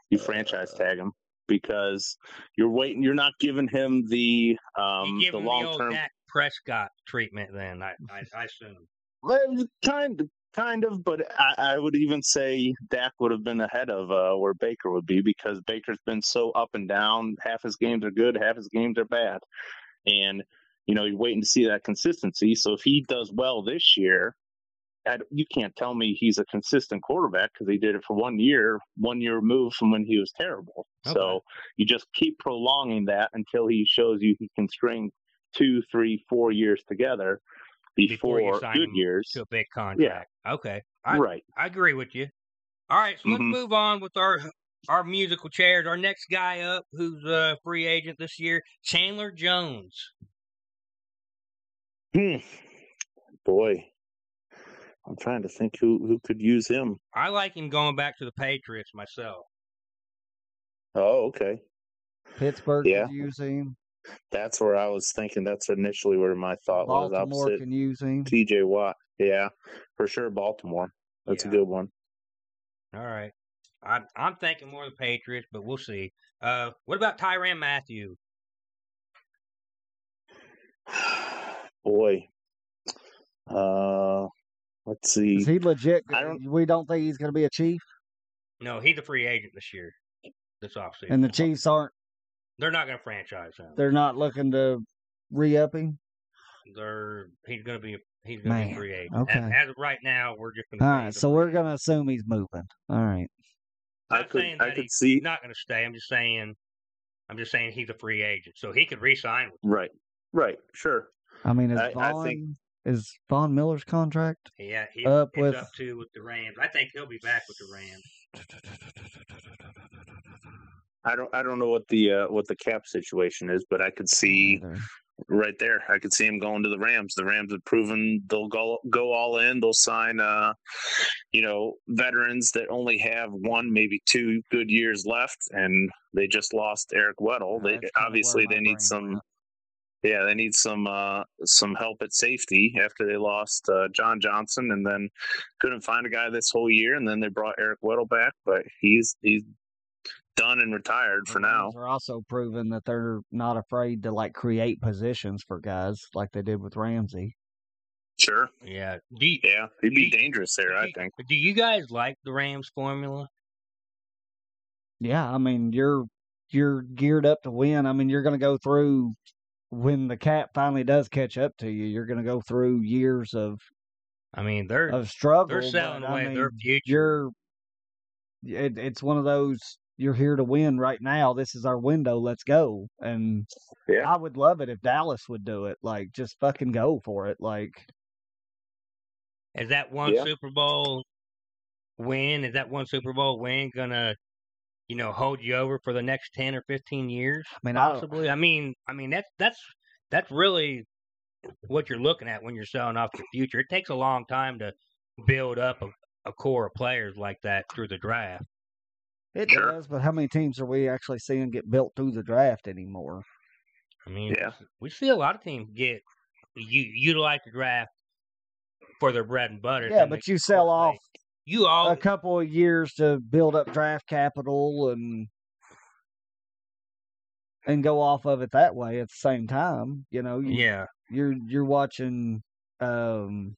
E: you franchise tag him because you're waiting you're not giving him the um
B: you give
E: the
B: him the
E: long
B: old
E: term
B: Dak Prescott treatment, then I I, I assume.
E: Well, kind of, kind of, but I, I would even say Dak would have been ahead of uh, where Baker would be because Baker's been so up and down. Half his games are good, half his games are bad, and you know you're waiting to see that consistency. So if he does well this year, I, you can't tell me he's a consistent quarterback because he did it for one year, one year removed from when he was terrible.
B: Okay.
E: So you just keep prolonging that until he shows you he can string two, three, four years together. Before,
B: Before you sign
E: good
B: him
E: years,
B: To a big contract. Okay, I,
E: right.
B: I agree with you. All right, so let's
E: Mhm.
B: move on with our our musical chairs. Our next guy up, who's a free agent this year, Chandler Jones.
E: Hmm. Boy, I'm trying to think who who could use him.
B: I like him going back to the Patriots myself.
E: Oh, okay.
A: Pittsburgh
E: Yeah.
A: could use him.
E: That's where I was thinking. That's initially where my thought Uh, was.
A: Baltimore
E: Opposite
A: can use him.
E: T.J. Watt. Yeah, for sure. Baltimore. That's
B: Yeah.
E: a good one.
B: All right, I'm I'm thinking more of the Patriots, but we'll see. Uh, what about Tyran Matthew?
E: Boy. Uh, let's see.
A: Is he legit?
E: I don't-
A: we don't think he's going to be a chief,
B: No, he's a free agent this year, this offseason.
A: and the Chiefs aren't.
B: They're not going to franchise him.
A: They're not looking to re up him.
B: They're he's going to be he's going to be a
A: Man,
B: free agent.
A: okay.
B: As, as of right now, we're just going to.
A: All right, so we're going to assume he's moving. All right.
E: I
B: not saying
E: could. I
B: that
E: could
B: he's
E: see.
B: not going to stay. I'm just saying, I'm just saying he's a free agent, so he could re-sign with.
E: Right. Right. Sure.
A: I mean, is
E: I- I
A: Vaughn
E: think-
A: is Vaughn Miller's contract?
B: Yeah, he,
A: Up
B: it's
A: with-
B: up to with the Rams. I think he'll be back with the Rams.
E: I don't. I don't know what the uh, what the cap situation is, but I could see
A: Neither.
E: right there. I could see him going to the Rams. The Rams have proven they'll go go all in. They'll sign, uh, you know, veterans that only have one, maybe two good years left, and they just lost Eric Weddle.
A: Yeah,
E: they
A: that's kinda where
E: obviously
A: my
E: they need
A: brain
E: some.
A: went.
E: Yeah, they need some uh, some help at safety after they lost uh, John Johnson, and then couldn't find a guy this whole year, and then they brought Eric Weddle back, but he's he's done and retired for
A: The
E: now.
A: Rams Are also proving that they're not afraid to like create positions for guys like they did with Ramsey.
E: Sure,
B: Yeah. Do you,
E: yeah, he'd be
B: He-
E: dangerous there, I think.
B: Do you guys like the Rams formula?
A: Yeah, I mean you're you're geared up to win. I mean you're going to go through when the cat finally does catch up to you. You're going to go through years of
B: I mean, they're
A: of struggle.
B: they're selling
A: but, I
B: away their
A: mean,
B: future.
A: you're it, it's one of those you're here to win right now this is our window let's go and
E: Yeah.
A: i would love it if dallas would do it like just fucking go for it like
B: Is that one
E: Yeah.
B: Super Bowl win? Is that one Super Bowl win gonna, you know, hold you over for the next ten or fifteen years?
A: i mean I don't,
B: Possibly. I mean, I mean that's that's that's really what you're looking at when you're selling off your future. It takes a long time to build up a, a core of players like that through the draft.
A: it
E: Sure.
A: does but how many teams are we actually seeing get built through the draft anymore
B: I mean,
E: Yeah.
B: we see a lot of teams get you utilize the draft for their bread and butter.
A: yeah
B: and
A: but
B: they-
A: you sell off
B: you
A: a
B: all
A: couple of years to build up draft capital and and go off of it that way at the same time you know you,
B: yeah.
A: you're you're watching um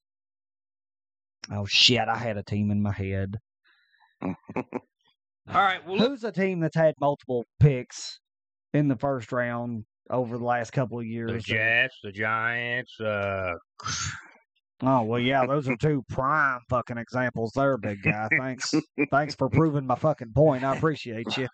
A: oh shit i had a team in my head
B: All right, well, look,
A: who's a team that's had multiple picks in the first round over the last couple of
B: the
A: years
B: Jets, the Giants, uh,
A: oh well yeah those are two prime fucking examples there big guy thanks thanks for proving my fucking point i appreciate you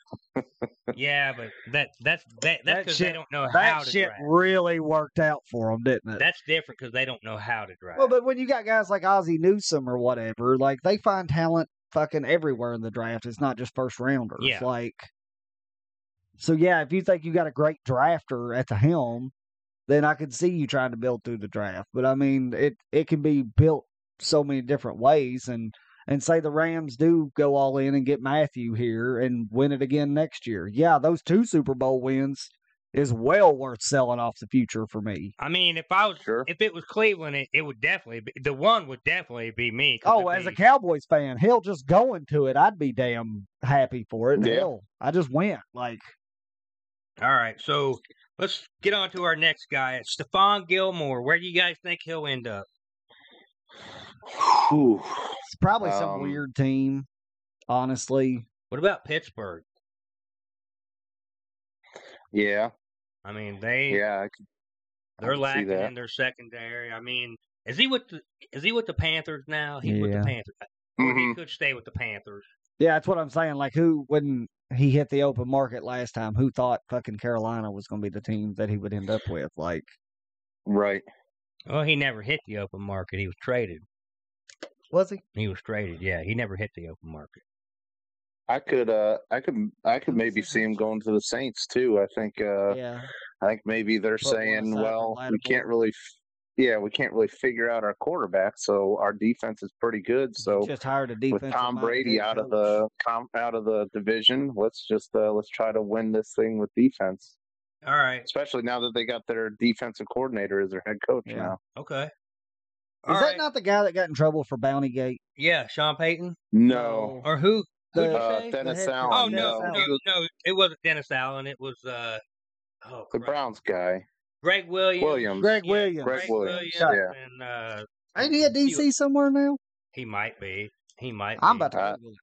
B: yeah, but that that's that that's
A: That
B: because they
A: shit-
B: don't know how
A: that
B: to
A: shit
B: draft.
A: really worked out for them didn't it
B: That's different because they don't know how to draft.
A: Well, but when you got guys like Ozzie Newsome or whatever, like they find talent fucking everywhere in the draft. It's not just first rounders.
B: Yeah.
A: Like, so yeah, if you think you got a great drafter at the helm, then I could see you trying to build through the draft. But I mean, it it can be built so many different ways, and and say the Rams do go all in and get Matthew here and win it again next year. Yeah, those two Super Bowl wins is well worth selling off the future for me.
B: I mean, if I was
E: Sure.
B: if it was Cleveland, it, it would definitely be, the one would definitely be me. 'cause
A: Oh,
B: it'd
A: as a
B: be-
A: Cowboys fan, hell, just going to it, I'd be damn happy for it.
E: Yeah.
A: Hell, I just went. Like,
B: all right. So let's get on to our next guy, It's Stephon Gilmore. Where do you guys think he'll end up?
E: Ooh.
A: it's probably some
E: Um,
A: weird team, honestly.
B: What about Pittsburgh?
E: Yeah,
B: I mean, they
E: yeah, I could, I
B: they're
E: could see
B: lacking
E: that.
B: in their secondary. I mean, is he with the is he with the Panthers now? He's with the
A: Yeah.
B: Panthers. Or
E: Mhm.
A: Mm-hmm.
B: he could stay with the Panthers.
A: Yeah, that's what I'm saying. Like, who, when he hit the open market last time, who thought fucking Carolina was going to be the team that he would end up with? Like,
E: Right.
B: Well, he never hit the open market. He was traded.
A: was he?
B: He was traded. Yeah, he never hit the open market.
E: I could uh I could I could maybe see him going to the Saints too. I think uh
A: yeah.
E: I think maybe they're
A: Put one
E: saying,
A: aside for
E: well, we
A: Lattimore.
E: can't really f- yeah, we can't really figure out our quarterback, so our defense is pretty good. So
A: just hired a
E: with
A: defense.
E: Tom Brady out of the com, out of the division, let's just uh let's try to win this thing with defense.
B: All right.
E: Especially now that they got their defensive coordinator as their head coach
A: Yeah.
E: now.
B: Okay.
A: Is
B: All
A: that
B: right.
A: not the guy that got in trouble for Bounty Gate?
B: yeah, Sean Payton
E: No.
B: or who?
A: The-
B: Who'd you
E: Uh,
B: say?
E: Dennis
A: head coach,
E: Allen.
B: oh
A: Dennis
B: no,
A: Allen.
B: no, no! It wasn't Dennis Allen. It was uh, oh,
E: The
B: crap.
E: Browns guy.
B: Greg Williams.
E: Williams.
A: Greg Williams.
E: Greg
B: Greg Williams.
E: Williams,
B: And uh,
A: Ain't he at DC somewhere now?
B: He might be. He might.
A: I'm
B: be.
A: about to
E: Uh,
A: Google it.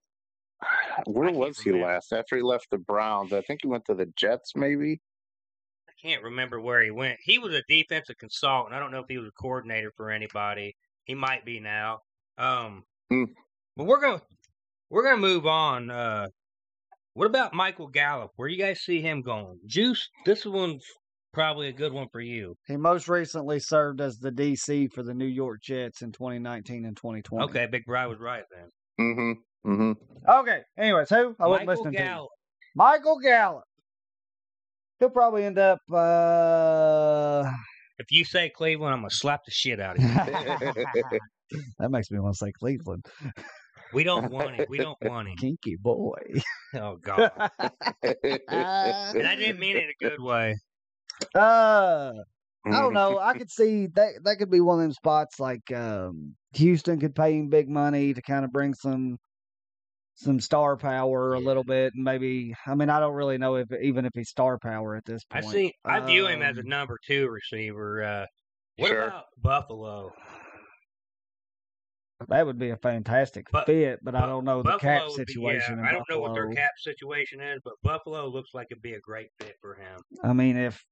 E: Where
B: I can't
E: was he
B: remember.
E: last? After he left the Browns, I think he went to the Jets, maybe.
B: can't remember where he went. He was a defensive consultant. I don't know if he was a coordinator for anybody. He might be now. Um,
E: Hmm.
B: But we're gonna we're gonna move on. Uh, what about Michael Gallup? Where do you guys see him going? Juice, this one's probably a good one for you.
A: He most recently served as the DC for the New York Jets in 2019 and 2020.
B: Okay, Big Bry was right then.
E: Mm-hmm. Mm-hmm.
A: Okay. Anyways, who? I wasn't
B: Michael
A: listening to. you.
B: Gallup.
A: Michael Gallup. He'll probably end up. uh
B: If you say Cleveland, I'm gonna slap the shit out of you.
A: that makes me want to say Cleveland.
B: We don't want him. We don't want him.
A: Kinky boy.
B: Oh God. And I didn't mean it in a good way.
A: Uh, I don't know. I could see that that could be one of them spots like um, Houston could pay him big money to kind of bring some some star power a
B: Yeah.
A: little bit, and maybe I mean I don't really know if even if he's star power at this
B: I
A: point.
B: see. I view him as a
A: Um,
B: number two receiver. Uh, what
E: Sure.
B: about Buffalo?
A: that would be a fantastic
B: Bu-
A: fit, but I
B: Bu-
A: don't know Oh, the
B: Buffalo
A: cap
B: would be-
A: situation.
B: yeah,
A: in
B: I don't know what their
A: Buffalo.
B: cap situation is, but Buffalo looks like it'd be a great fit for him.
A: I mean, if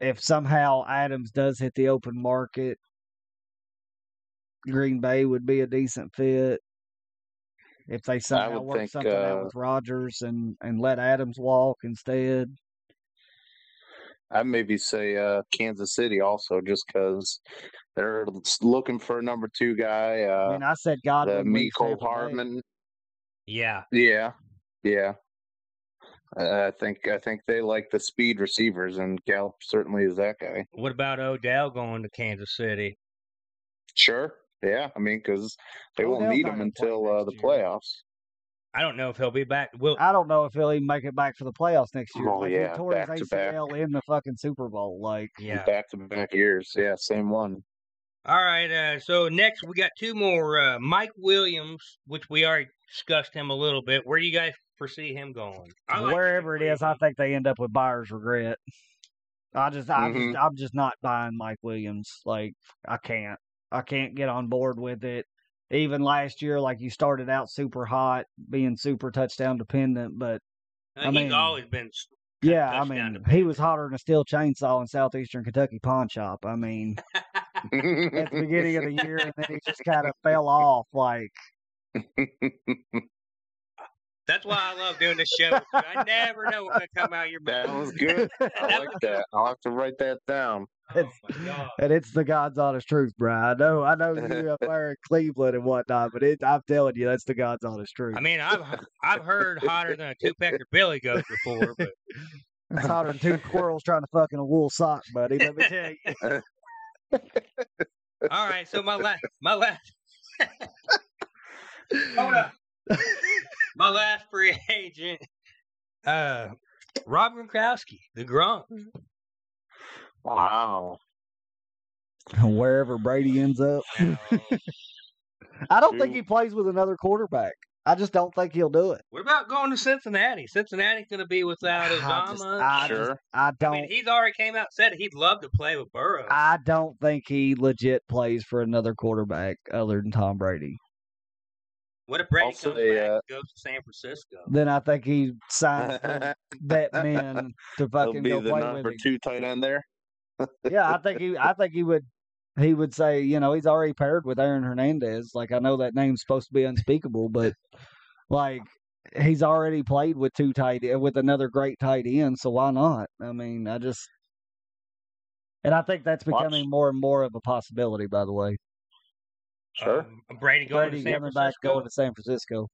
A: if somehow Adams does hit the open market, Green Bay would be a decent fit. If they somehow
E: would
A: work
E: think,
A: something out
E: uh,
A: with Rodgers and and let Adams walk instead,
E: I maybe say uh, Kansas City also, just because they're looking for a number two guy.
A: I
E: Uh,
A: mean, I said
E: the
A: Godwin leaves
E: Miko
A: Tampa Bay.
E: Hardman,
B: Yeah,
E: yeah, yeah. Uh, I think I think they like the speed receivers, and Gallup certainly is that guy.
B: What about Odell going to Kansas City?
E: Sure, yeah. I mean, because they won't
A: Odell's
E: need
A: not
E: him
A: gonna play
E: until uh,
A: next
E: the
A: year.
E: playoffs.
B: I don't know if he'll be back. Will
A: I don't know if he'll even make it back for the playoffs next year.
E: Oh,
A: like
E: yeah,
A: he tore his
E: back to back.
A: ACL in the fucking Super Bowl. Like
B: yeah.
E: Back to back years, yeah, same one.
B: All right. Uh, so next we got two more. Uh, Mike Williams, which we already discussed him a little bit. Where do you guys foresee him going? I like him in
A: wherever it is, I
B: Cleveland.
A: think they end up with buyer's regret. I just, I
E: Mhm.
A: just, I'm just not buying Mike Williams. Like, I can't, I can't get on board with it. Even last year, like you started out super hot, being super touchdown dependent, but
B: Uh,
A: I
B: he's
A: mean-
B: always been. s-
A: yeah, I
B: touchdown
A: mean, he
B: dependent.
A: was hotter than a steel chainsaw in southeastern Kentucky pawn shop. I mean, at the beginning of the year, and then he just kind of fell off. Like,
B: That's why I love doing this show. with you. I never know what's gonna come out of your
E: that
B: mouth.
E: was good. I like that. I'll have to write that down.
B: Oh my god.
A: and it's the God's honest truth, bro. I know, I know you up there in Cleveland and whatnot, but it, I'm telling you, that's the God's honest truth.
B: I mean, I've I've heard hotter than a two pecker Billy goat before, but
A: It's hotter than two squirrels trying to fuck in a wool sock, buddy. Let me tell you.
B: all right. So my last my last hold up, my last free agent, uh, Rob Gronkowski, the Gronk.
E: Wow.
A: Wherever Brady ends up,
B: No,
A: I don't think
E: Shoot.
A: he plays with another quarterback. I just don't think he'll do it.
B: what about going to Cincinnati? Cincinnati's going to be without
A: I, just,
B: Obama.
A: I, just-
E: Sure.
A: I
B: I
A: don't. I,
B: mean, he's already came out and said he'd love to play with Burrow.
A: don't think he legit plays for another quarterback other than Tom Brady.
B: what if Brady
E: Also,
B: comes
E: they,
B: back
E: uh,
B: and goes to San Francisco?
A: Then I think he signs for
E: He'll
A: that man to fucking
E: be
A: go
E: the
A: play
E: number
A: with him.
E: two tight end there.
A: yeah, I think he. I think he would. He would say, you know, he's already paired with Aaron Hernandez. Like I know that name's supposed to be unspeakable, but like he's already played with two tight uh, with another great tight end. So why not? I mean, I just. And I think that's
E: Watch.
A: becoming more and more of a possibility. By the way,
E: Sure.
B: Um, Brady going
A: Brady
B: to San
A: coming back,
B: Francisco.
A: going to San Francisco.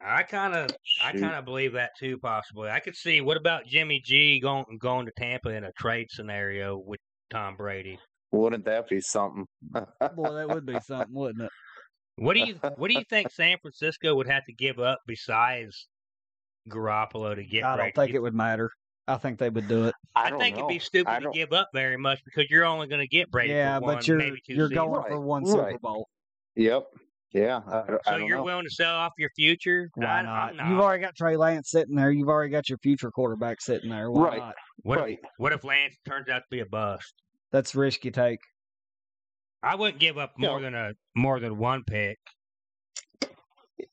B: I kind of I
E: Shoot.
B: kind of believe that too, possibly. I could see. What about Jimmy G going going to Tampa in a trade scenario with Tom Brady?
E: Wouldn't that be something?
A: Boy, that would be something, wouldn't it?
B: What do you What do you think San Francisco would have to give up besides Garoppolo to get?
A: I
B: Brady?
A: don't think it would matter. I think they would do it.
B: I,
E: don't
B: think it'd
E: know.
B: be stupid
E: I
B: to
E: don't-
B: give up very much because you're only going to get Brady.
A: yeah,
B: for one,
A: but you're
B: maybe 2
A: you're
B: seasons.
A: going for
E: Right,
A: one Super
E: right.
A: Bowl.
E: Yep. Yeah. I, don't- I
B: So
E: don't
B: you're
E: know.
B: willing to sell off your future?
A: Why
B: I,
A: not?
B: I'm not.
A: You've already got Trey Lance sitting there. You've already got your future quarterback sitting there. Why
E: Right.
A: not?
B: what
E: right.
B: if, What if Lance turns out to be a bust?
A: That's a risk you take.
B: I wouldn't give up
E: No.
B: more than a more than one pick.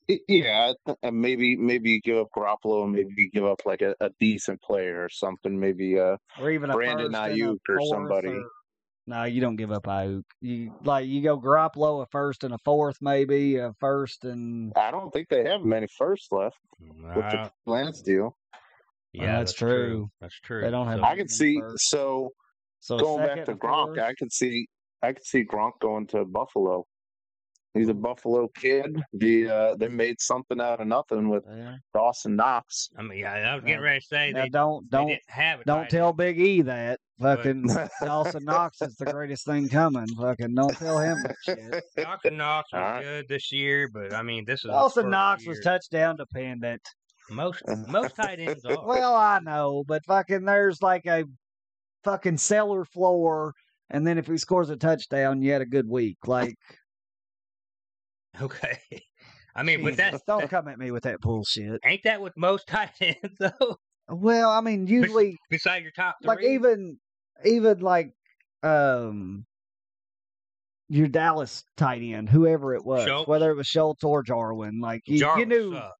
E: Y- Yeah, I th- uh, maybe maybe you give up Garoppolo, and maybe you give up like a, a decent player or something. Maybe uh,
A: Or even a
E: Brandon
A: first and a
E: Ayuk or
A: fourth
E: somebody.
A: or- No, you don't give up Ayuk. You like you go Garoppolo a first and a fourth, maybe a first and
E: I don't think they have many firsts left with
B: I
E: the Lance deal.
B: Yeah,
A: that's true.
B: That's true.
A: They don't have-
E: I
B: mm,
E: could
A: many
E: see
A: firsts.
E: so
A: so a
E: going back
A: second
E: to
A: and a
E: Gronk,
A: fourth.
E: I could see I could see Gronk going to Buffalo. He's a Buffalo kid. The uh, they made something out of nothing with
A: Yeah.
E: Dawson Knox.
B: I mean, yeah, I was getting
A: Now-
B: ready to say
A: Now
B: they,
A: don't
B: they
A: don't
B: didn't have it.
A: don't
B: right.
A: tell Big E that.
B: But-
A: Fucking Dawson Knox is the greatest thing coming. Fucking don't tell him that shit.
B: Dawson Knox was
E: All right.
B: good this year, but I mean, this is his
A: Dawson
B: first
A: Knox was
B: year.
A: touchdown dependent.
B: most most tight ends are.
A: Well, I know, but fucking there's like a fucking cellar floor, and then if he scores a touchdown, you had a good week. Like,
B: okay, I mean, but
A: Jesus,
B: that's
A: don't
B: that-
A: come at me with that bullshit.
B: ain't that with most tight ends though?
A: Well, I mean, usually
B: Beside your top three,
A: like even even like um your Dallas tight end, whoever it was,
B: Schultz? uh,
A: whether it was Schultz or Jarwin, like you, you
B: Jarvis
A: knew,
B: sucked.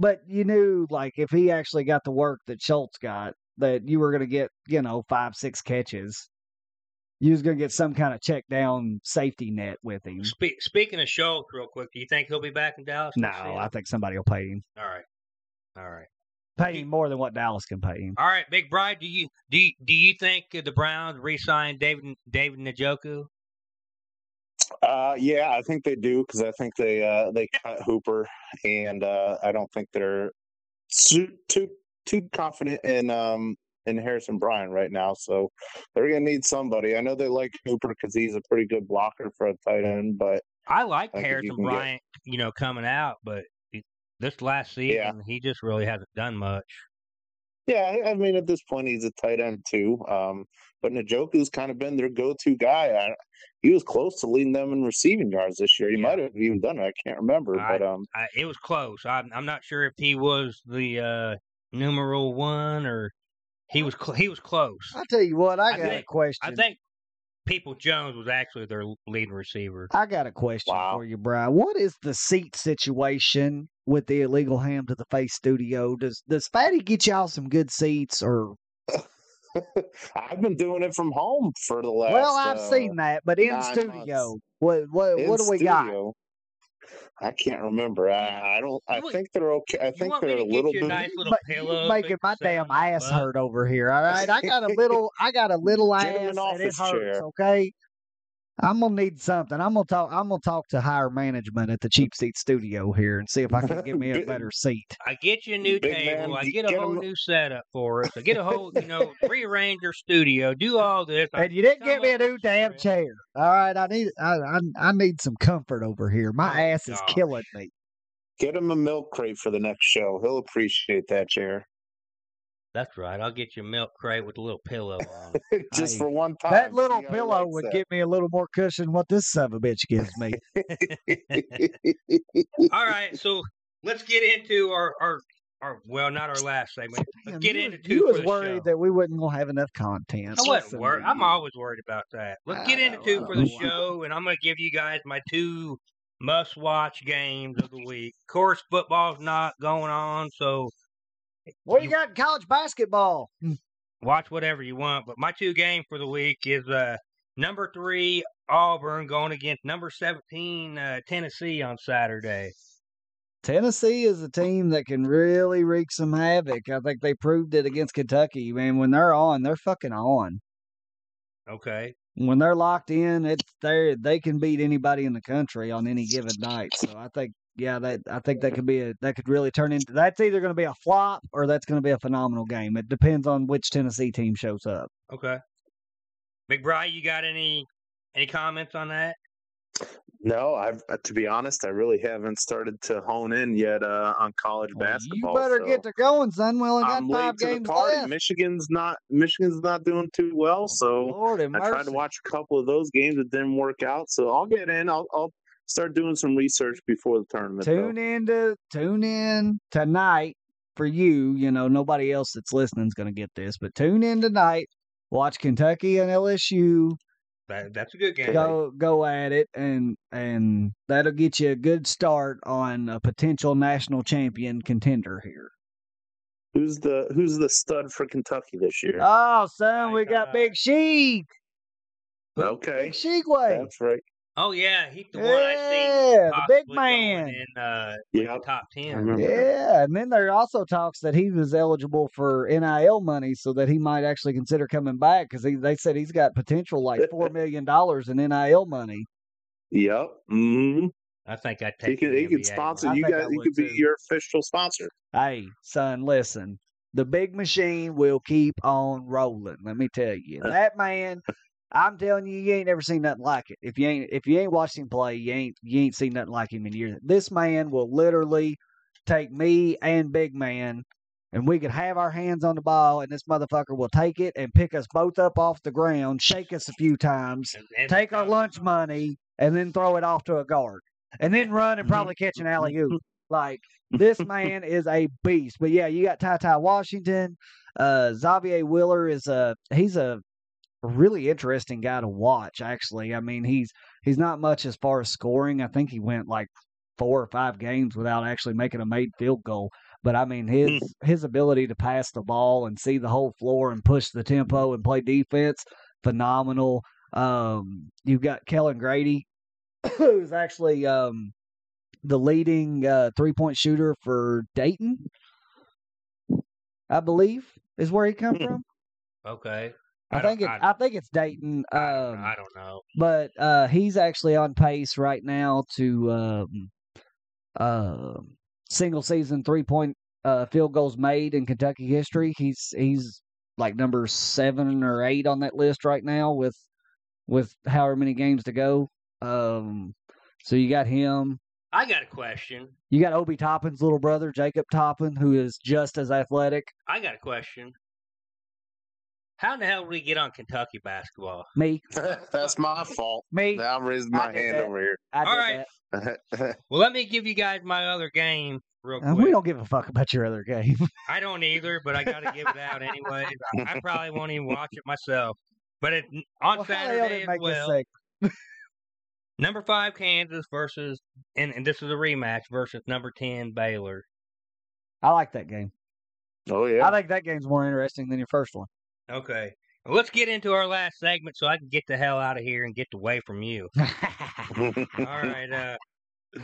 A: but you knew like if he actually got the work that Schultz got, that you were going to get you know five six catches, you was going to get some kind of check down safety net with him.
B: Spe- speaking of Schultz, real quick, do you think he'll be back in Dallas?
A: No,
B: next season?
A: I think somebody will pay him,
B: all right, all right,
A: pay him more than what Dallas can pay him.
B: all right. Big Bride, do you do you, do you think the Browns re-sign David David Njoku?
E: Uh, yeah, I think they do because I think they uh, they cut Hooper, and uh, I don't think they're too too too confident in um in Harrison Bryan right now. So they're gonna need somebody. I know they like Hooper because he's a pretty good blocker for a tight end, but
B: I like
E: I think if you
B: Harrison
E: can get-
B: Bryant, you know, coming out, but it- this last season
E: Yeah.
B: he just really hasn't done much.
E: Yeah, I I mean, at this point, he's a tight end too. Um, but Njoku's kind of been their go-to guy. I, he was close to leading them in receiving yards this year. He
B: Yeah.
E: might have even done it. I can't remember,
B: I-
E: but um,
B: I, it was close. I'm, I'm not sure if he was the uh, numero one or he was cl- he was close.
A: I tell you what, I
B: I
A: got a
B: think-
A: question.
B: I think People Jones was actually their leading receiver.
A: I got a question
E: Wow.
A: for you, Brian. What is the seat situation with the illegal ham to the face studio? Does does Fatty get y'all some good seats or
E: I've been doing it from home for the last.
A: well, I've
E: uh,
A: seen that, but in
E: nine
A: studio.
E: months.
A: What what
E: in
A: what do we got?
E: studio. I can't remember. I, I don't. I
B: You want-
E: think they're okay. I think
B: want me
E: they're
B: to
E: a
B: get
E: little
B: you a
E: bit.
B: nice little
A: But
B: pillow
A: you're making my
B: fixed
A: damn
B: up on your
A: ass
B: butt.
A: hurt over here. All right. I got a little I got a little ass
E: Get him an
A: and it
E: office
A: hurts,
E: chair.
A: okay? I'm gonna need something. I'm gonna talk I'm gonna talk to higher management at the cheap seat studio here and see if I can get me a
E: Big-
A: better seat.
B: I get you a new
E: Big
B: table.
E: man,
B: I
E: you
B: get a
E: get
B: whole
E: him-
B: new setup for us. I get a whole, you know, rearrange your studio. Do all this. I-
A: And you didn't
B: come
A: get me a
B: up
A: new
B: with
A: damn
B: something.
A: chair. All right, I need I I, I need some comfort over here. My
B: Oh,
A: ass is
B: gosh.
A: killing me.
E: Get him a milk crate for the next show. He'll appreciate that chair.
B: That's right. I'll get you a milk crate with a little pillow on. it.
E: Just
A: Hey,
E: for one time.
A: That
E: see
A: little
E: how he
A: pillow
E: likes
A: would
E: that.
A: give me a little more cushion. than What this son of a bitch gives me.
B: all right, so let's get into our our, our well, not our last segment. Let's
A: Damn,
B: get
A: you
B: into
A: was-
B: two
A: you
B: for
A: was
B: the
A: worried
B: show.
A: that we wasn't gonna have enough content.
B: I wasn't
A: Listen
B: worried.
A: to
B: I'm
A: you.
B: always worried about that. Let's
A: I
B: get into
A: know,
B: two
A: I
B: for the
A: know.
B: show, and I'm going to give you guys my two must watch games of the week. Of course, football's not going on, so
A: What do
B: You-
A: you got in college basketball?
B: watch whatever you want. But my two games for the week is uh, number three, Auburn, going against number 17, uh, Tennessee on Saturday.
A: Tennessee is a team that can really wreak some havoc. I think they proved it against Kentucky. Man, when they're on, they're fucking on.
B: Okay.
A: when they're locked in, it's there. They can beat anybody in the country on any given night. So I think, yeah, that I think that could be a that could really turn into that's either going to be a flop or that's going to be a phenomenal game. It depends on which Tennessee team shows up.
B: Okay. McBride, you got any any comments on that?
E: No, I've uh, to be honest, I really haven't started to hone in yet uh, on college
A: Well,
E: basketball.
A: you better
E: so
A: get to going, son. We only got
E: I'm
A: five
E: late to the
A: games
E: party.
A: left.
E: Michigan's not Michigan's not doing too well, so
A: Lord have
E: I tried
A: mercy.
E: to watch a couple of those games that didn't work out. So I'll get in. I'll, I'll start doing some research before the tournament. though.
A: Tune in to tune in tonight for you. You know, nobody else that's listening is going to get this, but tune in tonight. Watch Kentucky and LSU.
B: that that's a good game.
A: go go at it and and that'll get you a good start on a potential national champion contender here.
E: Who's the Who's the stud for Kentucky this year?
A: Oh, son,
B: My
A: we got
B: God.
A: Big Sheik.
E: okay,
A: Big Sheekway.
E: that's right.
B: Oh yeah, he's the one I think
A: Yeah, the big
B: possibly going
A: man.
B: in uh,
E: Yeah,
B: top
E: I
B: ten.
E: remember.
A: Yeah, and then there also talks that he was eligible for NIL money, so that he might actually consider coming back because they said he's got potential like four million dollars in NIL money.
E: Yep. hmm
B: I think I
E: He
B: take.
E: can,
B: the
E: he can
B: NBA
E: sponsor
B: one.
A: I
E: you
A: think
E: guys.
A: I
E: He
A: would
E: could be
A: too.
E: your official sponsor.
A: Hey, son, listen. The big machine will keep on rolling. Let me tell you, that man. I'm telling you, you ain't never seen nothing like it. If you ain't if you ain't watched him play, you ain't you ain't seen nothing like him in years. This man will literally take me and Big Man, and we could have our hands on the ball, and this motherfucker will take it and pick us both up off the ground, shake us a few times,
B: And- uh, and-
A: take our lunch money, and then throw it off to a guard, and then run and probably catch an alley oop. Like this man is a beast. But yeah, you got Ty Ty Washington. Uh, Xavier Willer is a he's a really interesting guy to watch. Actually, I mean he's he's not much as far as scoring. I think he went like four or five games without actually making a made field goal. But I mean his his ability to pass the ball and see the whole floor and push the tempo and play defense phenomenal. Um, you've got Kellen Grady, who's actually um, the leading uh, three point shooter for Dayton, I believe, is where he come
E: Hmm.
A: from.
B: Okay.
A: I,
B: I don't-
A: think it,
B: I-
A: I, think it's Dayton.
B: I don't, know-
A: Um,
B: I don't know.
A: but uh, he's actually on pace right now to um, uh, single season three point uh, field goals made in Kentucky history. He's he's like number seven or eight on that list right now with with however many games to go. Um, so you got him.
B: I got a question.
A: You got Obi Toppin's little brother, Jacob Toppin, who is just as athletic.
B: I got a question. How in the hell did we get on Kentucky basketball?
A: Me,
E: That's my fault.
A: me.
E: Now I'm raising
A: I
E: my
A: did
E: hand
A: that.
E: over here.
A: I did
B: All right.
A: that.
B: Well, let me give you guys my other game real
A: Uh,
B: quick.
A: we don't give a fuck about your other game.
B: I don't either, but I got to give it out anyway. I probably won't even watch it myself. But it, on
A: Well, how the hell did
B: Saturday
A: it
B: as well,
A: seg-
B: number five Kansas versus, and, and this is a rematch versus number ten Baylor.
A: I like that game.
E: oh yeah.
A: I think that game's more interesting than your first one.
B: Okay, Well, let's get into our last segment so I can get the hell out of here and get away from you. All right, uh,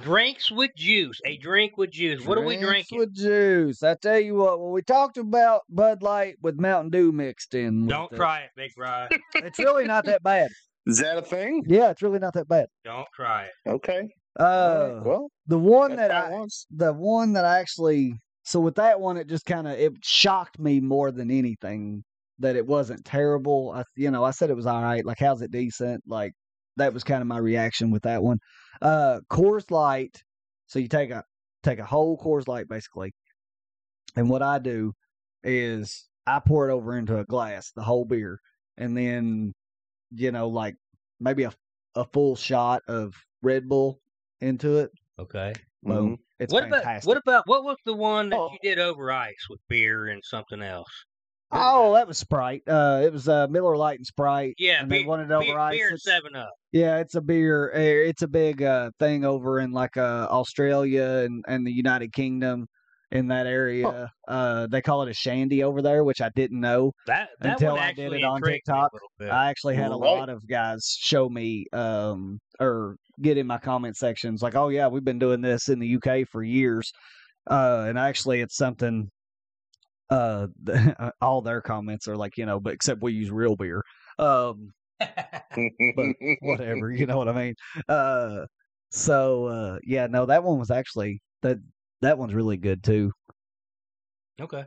B: drinks with juice. A drink with juice. What are we
A: Drinks
B: drinking?
A: With juice. I tell you what, when we talked about Bud Light with Mountain Dew mixed in, with
B: Don't
A: it,
B: try it, Big Rod.
A: It's really not that bad.
E: Is that a thing?
A: Yeah, it's really not that bad.
B: Don't try it.
E: Okay. All
A: Uh,
E: right, Well,
A: the one
E: that's
A: that
E: how it
A: I,
B: uh,
E: was.
A: the one that I actually, so with that one, it just kind of it shocked me more than anything that it wasn't terrible. I, you know, I said it was all right. Like, how's it decent? Like, that was kind of my reaction with that one. Uh, Coors Light. So you take a take a whole Coors Light basically, and what I do is I pour it over into a glass, the whole beer, and then you know, like maybe a a full shot of Red Bull into it.
B: Okay.
A: Boom. It's
B: Mm-hmm. what
A: fantastic.
B: about what about what was the one that
E: Oh.
B: you did over ice with beer and something else? What was
A: Oh, that was Sprite. Uh, it was uh, Miller Light and Sprite.
B: Yeah,
A: and
B: beer,
A: they wanted
B: beer,
A: over ice.
B: beer and
A: It's-
B: Seven Up.
A: Yeah, it's a beer. eh, It's a big uh, thing over in like uh, Australia and, and the United Kingdom in that area. Uh, they call it a shandy over there, which I didn't know.
B: That that
A: Until
B: one
A: I did
B: actually
A: it on
B: intrigued me
A: TikTok,
B: a little bit.
A: I actually had a
E: Right.
A: lot of guys show me um, or get in my comment sections like, "Oh yeah, we've been doing this in the UK for years," uh, and actually, it's something. Uh, all their comments are like, you know, but except we use real beer. Um, but whatever, you know what I mean. Uh, so uh, yeah, no, that one was actually that that one's really good too.
B: okay.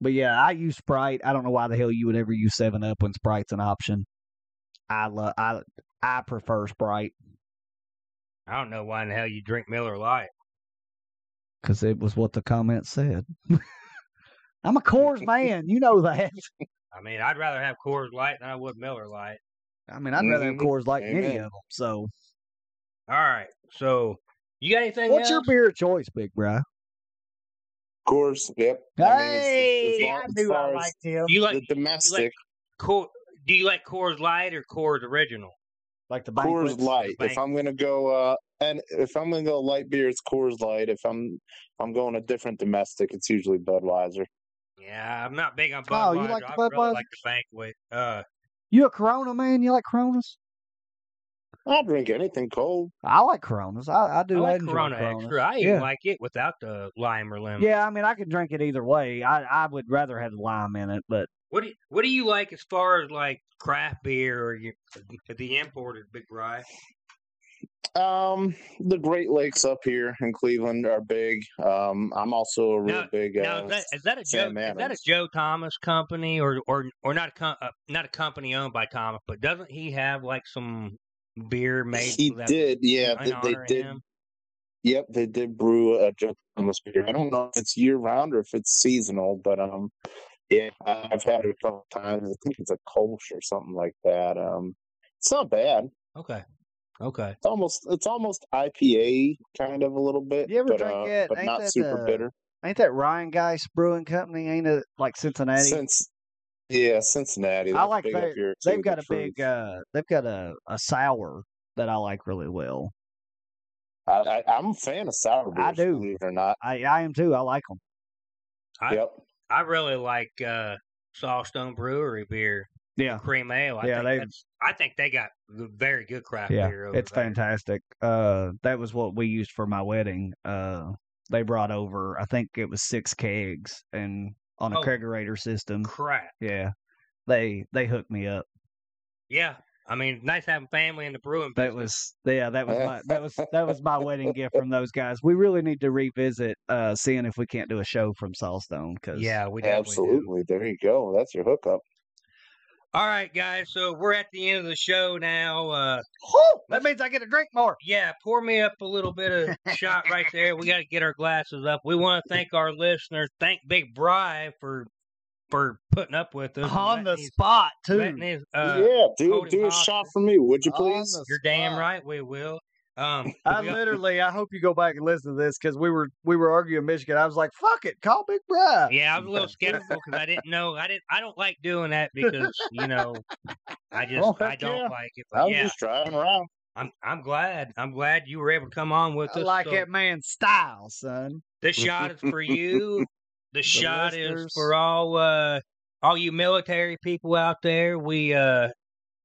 A: But yeah, I use Sprite. I don't know why the hell you would ever use Seven Up when Sprite's an option. I love I I prefer Sprite
B: I don't know why in the hell you drink Miller Lite.
A: because it was what the comment said. I'm a Coors man, you know that.
B: I mean, I'd rather have Coors Light than I would Miller Lite.
A: I mean, I'd rather have
E: Mhm.
A: Coors Light than any
E: Amen.
A: of them. So,
B: All right. So you got anything?
A: what's your
B: else?
A: beer of choice, Big Bro?
E: Of course. Yep.
A: Hey,
E: long-
A: I knew I
E: far as
A: liked him.
B: You like
E: the domestic
B: Coor? Do you like Coors Light or Coors Original?
A: Like the
E: Coors
A: banquets.
E: Light. If
B: Banquets.
E: I'm gonna go, uh, and if I'm gonna go light beer, it's Coors Light. If I'm, I'm going a different domestic. It's usually Budweiser.
B: Yeah, I'm not big on
A: Oh,
B: Budweiser.
A: you like
B: I
A: the
B: really
A: Budweisers?
B: like the banquet. Uh,
A: You a Corona man? You like Coronas?
E: I'll drink anything cold.
A: I like Coronas. I, I
B: I
A: do. I,
B: like
A: enjoy
B: Corona
A: Coronas.
B: extra. I even
A: yeah.
B: like it without the lime or lemon.
A: yeah, I mean, I could drink it either way. I, I would rather have lime in it, but
B: What do you, what do you like as uh, far as like craft beer or you, the imported big rye?
E: Um, the Great Lakes up here in Cleveland are big. Um, I'm also a real
B: Now-
E: big. Uh,
B: Now is that, is that a Joe?
E: Sam
B: Is that a
E: Adams.
B: Joe Thomas company, or or or not a com- uh, not a company owned by Thomas? But doesn't he have like some beer made?
E: he
B: that-
E: did, yeah.
B: in
E: They, they
B: honor of
E: did.
B: him?
E: Yep, they did brew a Joe Thomas beer. I don't know if it's year round or if it's seasonal, but um, yeah, I- I've had it a couple times. I think it's a Kolsch or something like that. Um, it's not bad.
B: Okay, okay.
E: It's almost it's almost IPA kind of a little bit.
A: You ever
E: but,
A: drink
E: uh,
A: it?
E: But
A: Ain't
E: not
A: that
E: super
A: the-
E: bitter.
A: Ain't that Ryan Geist Brewing Company? Ain't it like Cincinnati?
E: Since yeah, Cincinnati.
A: I
E: that's
A: like
E: big up
A: their-
E: here, too,
A: they've
E: the
A: got a big.
E: Truth.
A: uh They've got a a sour that I like really well.
E: I, I, I'm a fan of sour beers.
A: uh, I do.
E: believe it or not.
A: I I am too. I like them.
B: I-
E: yep.
B: I really like uh, Sawstone Brewery beer,
A: Yeah,
B: cream ale. I
A: Yeah,
B: think
A: they-
B: that's, I think they got very good craft
A: yeah,
B: beer. Over
A: it's
B: there.
A: fantastic. Uh, that was what we used for my wedding. Uh, they brought over. I think it was six kegs and on a
B: Oh.
A: kegerator system.
B: Crap.
A: Yeah, they they hooked me up.
B: Yeah, I mean, nice having family in the brewing.
A: That
B: business.
A: was yeah, that was my that was that was my wedding gift from those guys. We really need to revisit uh seeing if we can't do a show from Sawstone because
B: yeah, we definitely do.
E: Absolutely. There you go. That's your hookup.
B: All right, guys. So we're at the end of the show now. Uh,
A: that means I get to drink more.
B: yeah, pour me up a little bit of shot right there. We got to get our glasses up. We want to thank our listeners. Thank Big Bri for for putting up with us. and
A: On the
B: letting his-
A: spot
B: letting
A: too.
B: his, uh,
E: yeah, do
B: hold him
E: do a
B: hostage.
E: shot for me, would you
A: On
E: please?
A: the
B: You're damn
A: spot.
B: right. We will. Um,
A: I
B: we-
A: literally, I hope you go back and listen to this because we were we were arguing Michigan. I was like, "Fuck it, call Big Bri."
B: Yeah, I was a little skeptical because I didn't know. I didn't. I don't like doing that because you know, I just
E: Oh,
B: I
E: heck
B: don't
E: yeah.
B: like it.
E: I
B: But
E: was
B: yeah,
E: just driving around.
B: I'm I'm glad. I'm glad you were able to come on with
A: I
B: us.
A: like
B: so
A: that man's style, son.
B: The shot is for you. The, shot is for
A: listeners.
B: all uh all you military people out there. We uh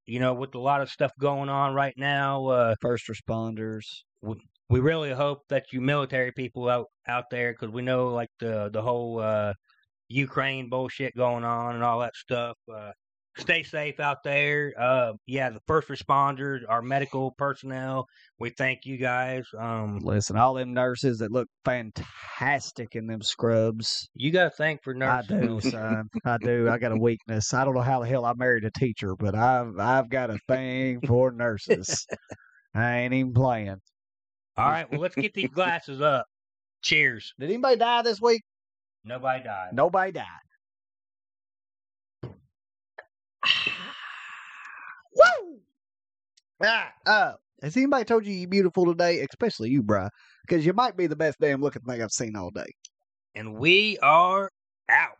B: you know with a lot of stuff going on right now. uh
A: First responders.
B: we really hope that you military people out out there, because we know like the the whole uh, Ukraine bullshit going on and all that stuff. Uh, stay safe out there. Uh, yeah, the first responders, our medical personnel. We thank you guys. Um,
A: Listen, all them nurses that look fantastic in them scrubs.
B: you got to thank for
A: I
B: nurses.
A: do, son. I do. I got a weakness. I don't know how the hell I married a teacher, but I've I've got a thing for nurses. I ain't even playing.
B: All right, well let's get these glasses up. Cheers.
A: Did anybody die this week?
B: Nobody died.
A: Nobody died. Woo! Ah, uh, has anybody told you you're beautiful today? Especially you, bruh. Because you might be the best damn looking thing I've seen all day.
B: And we are out.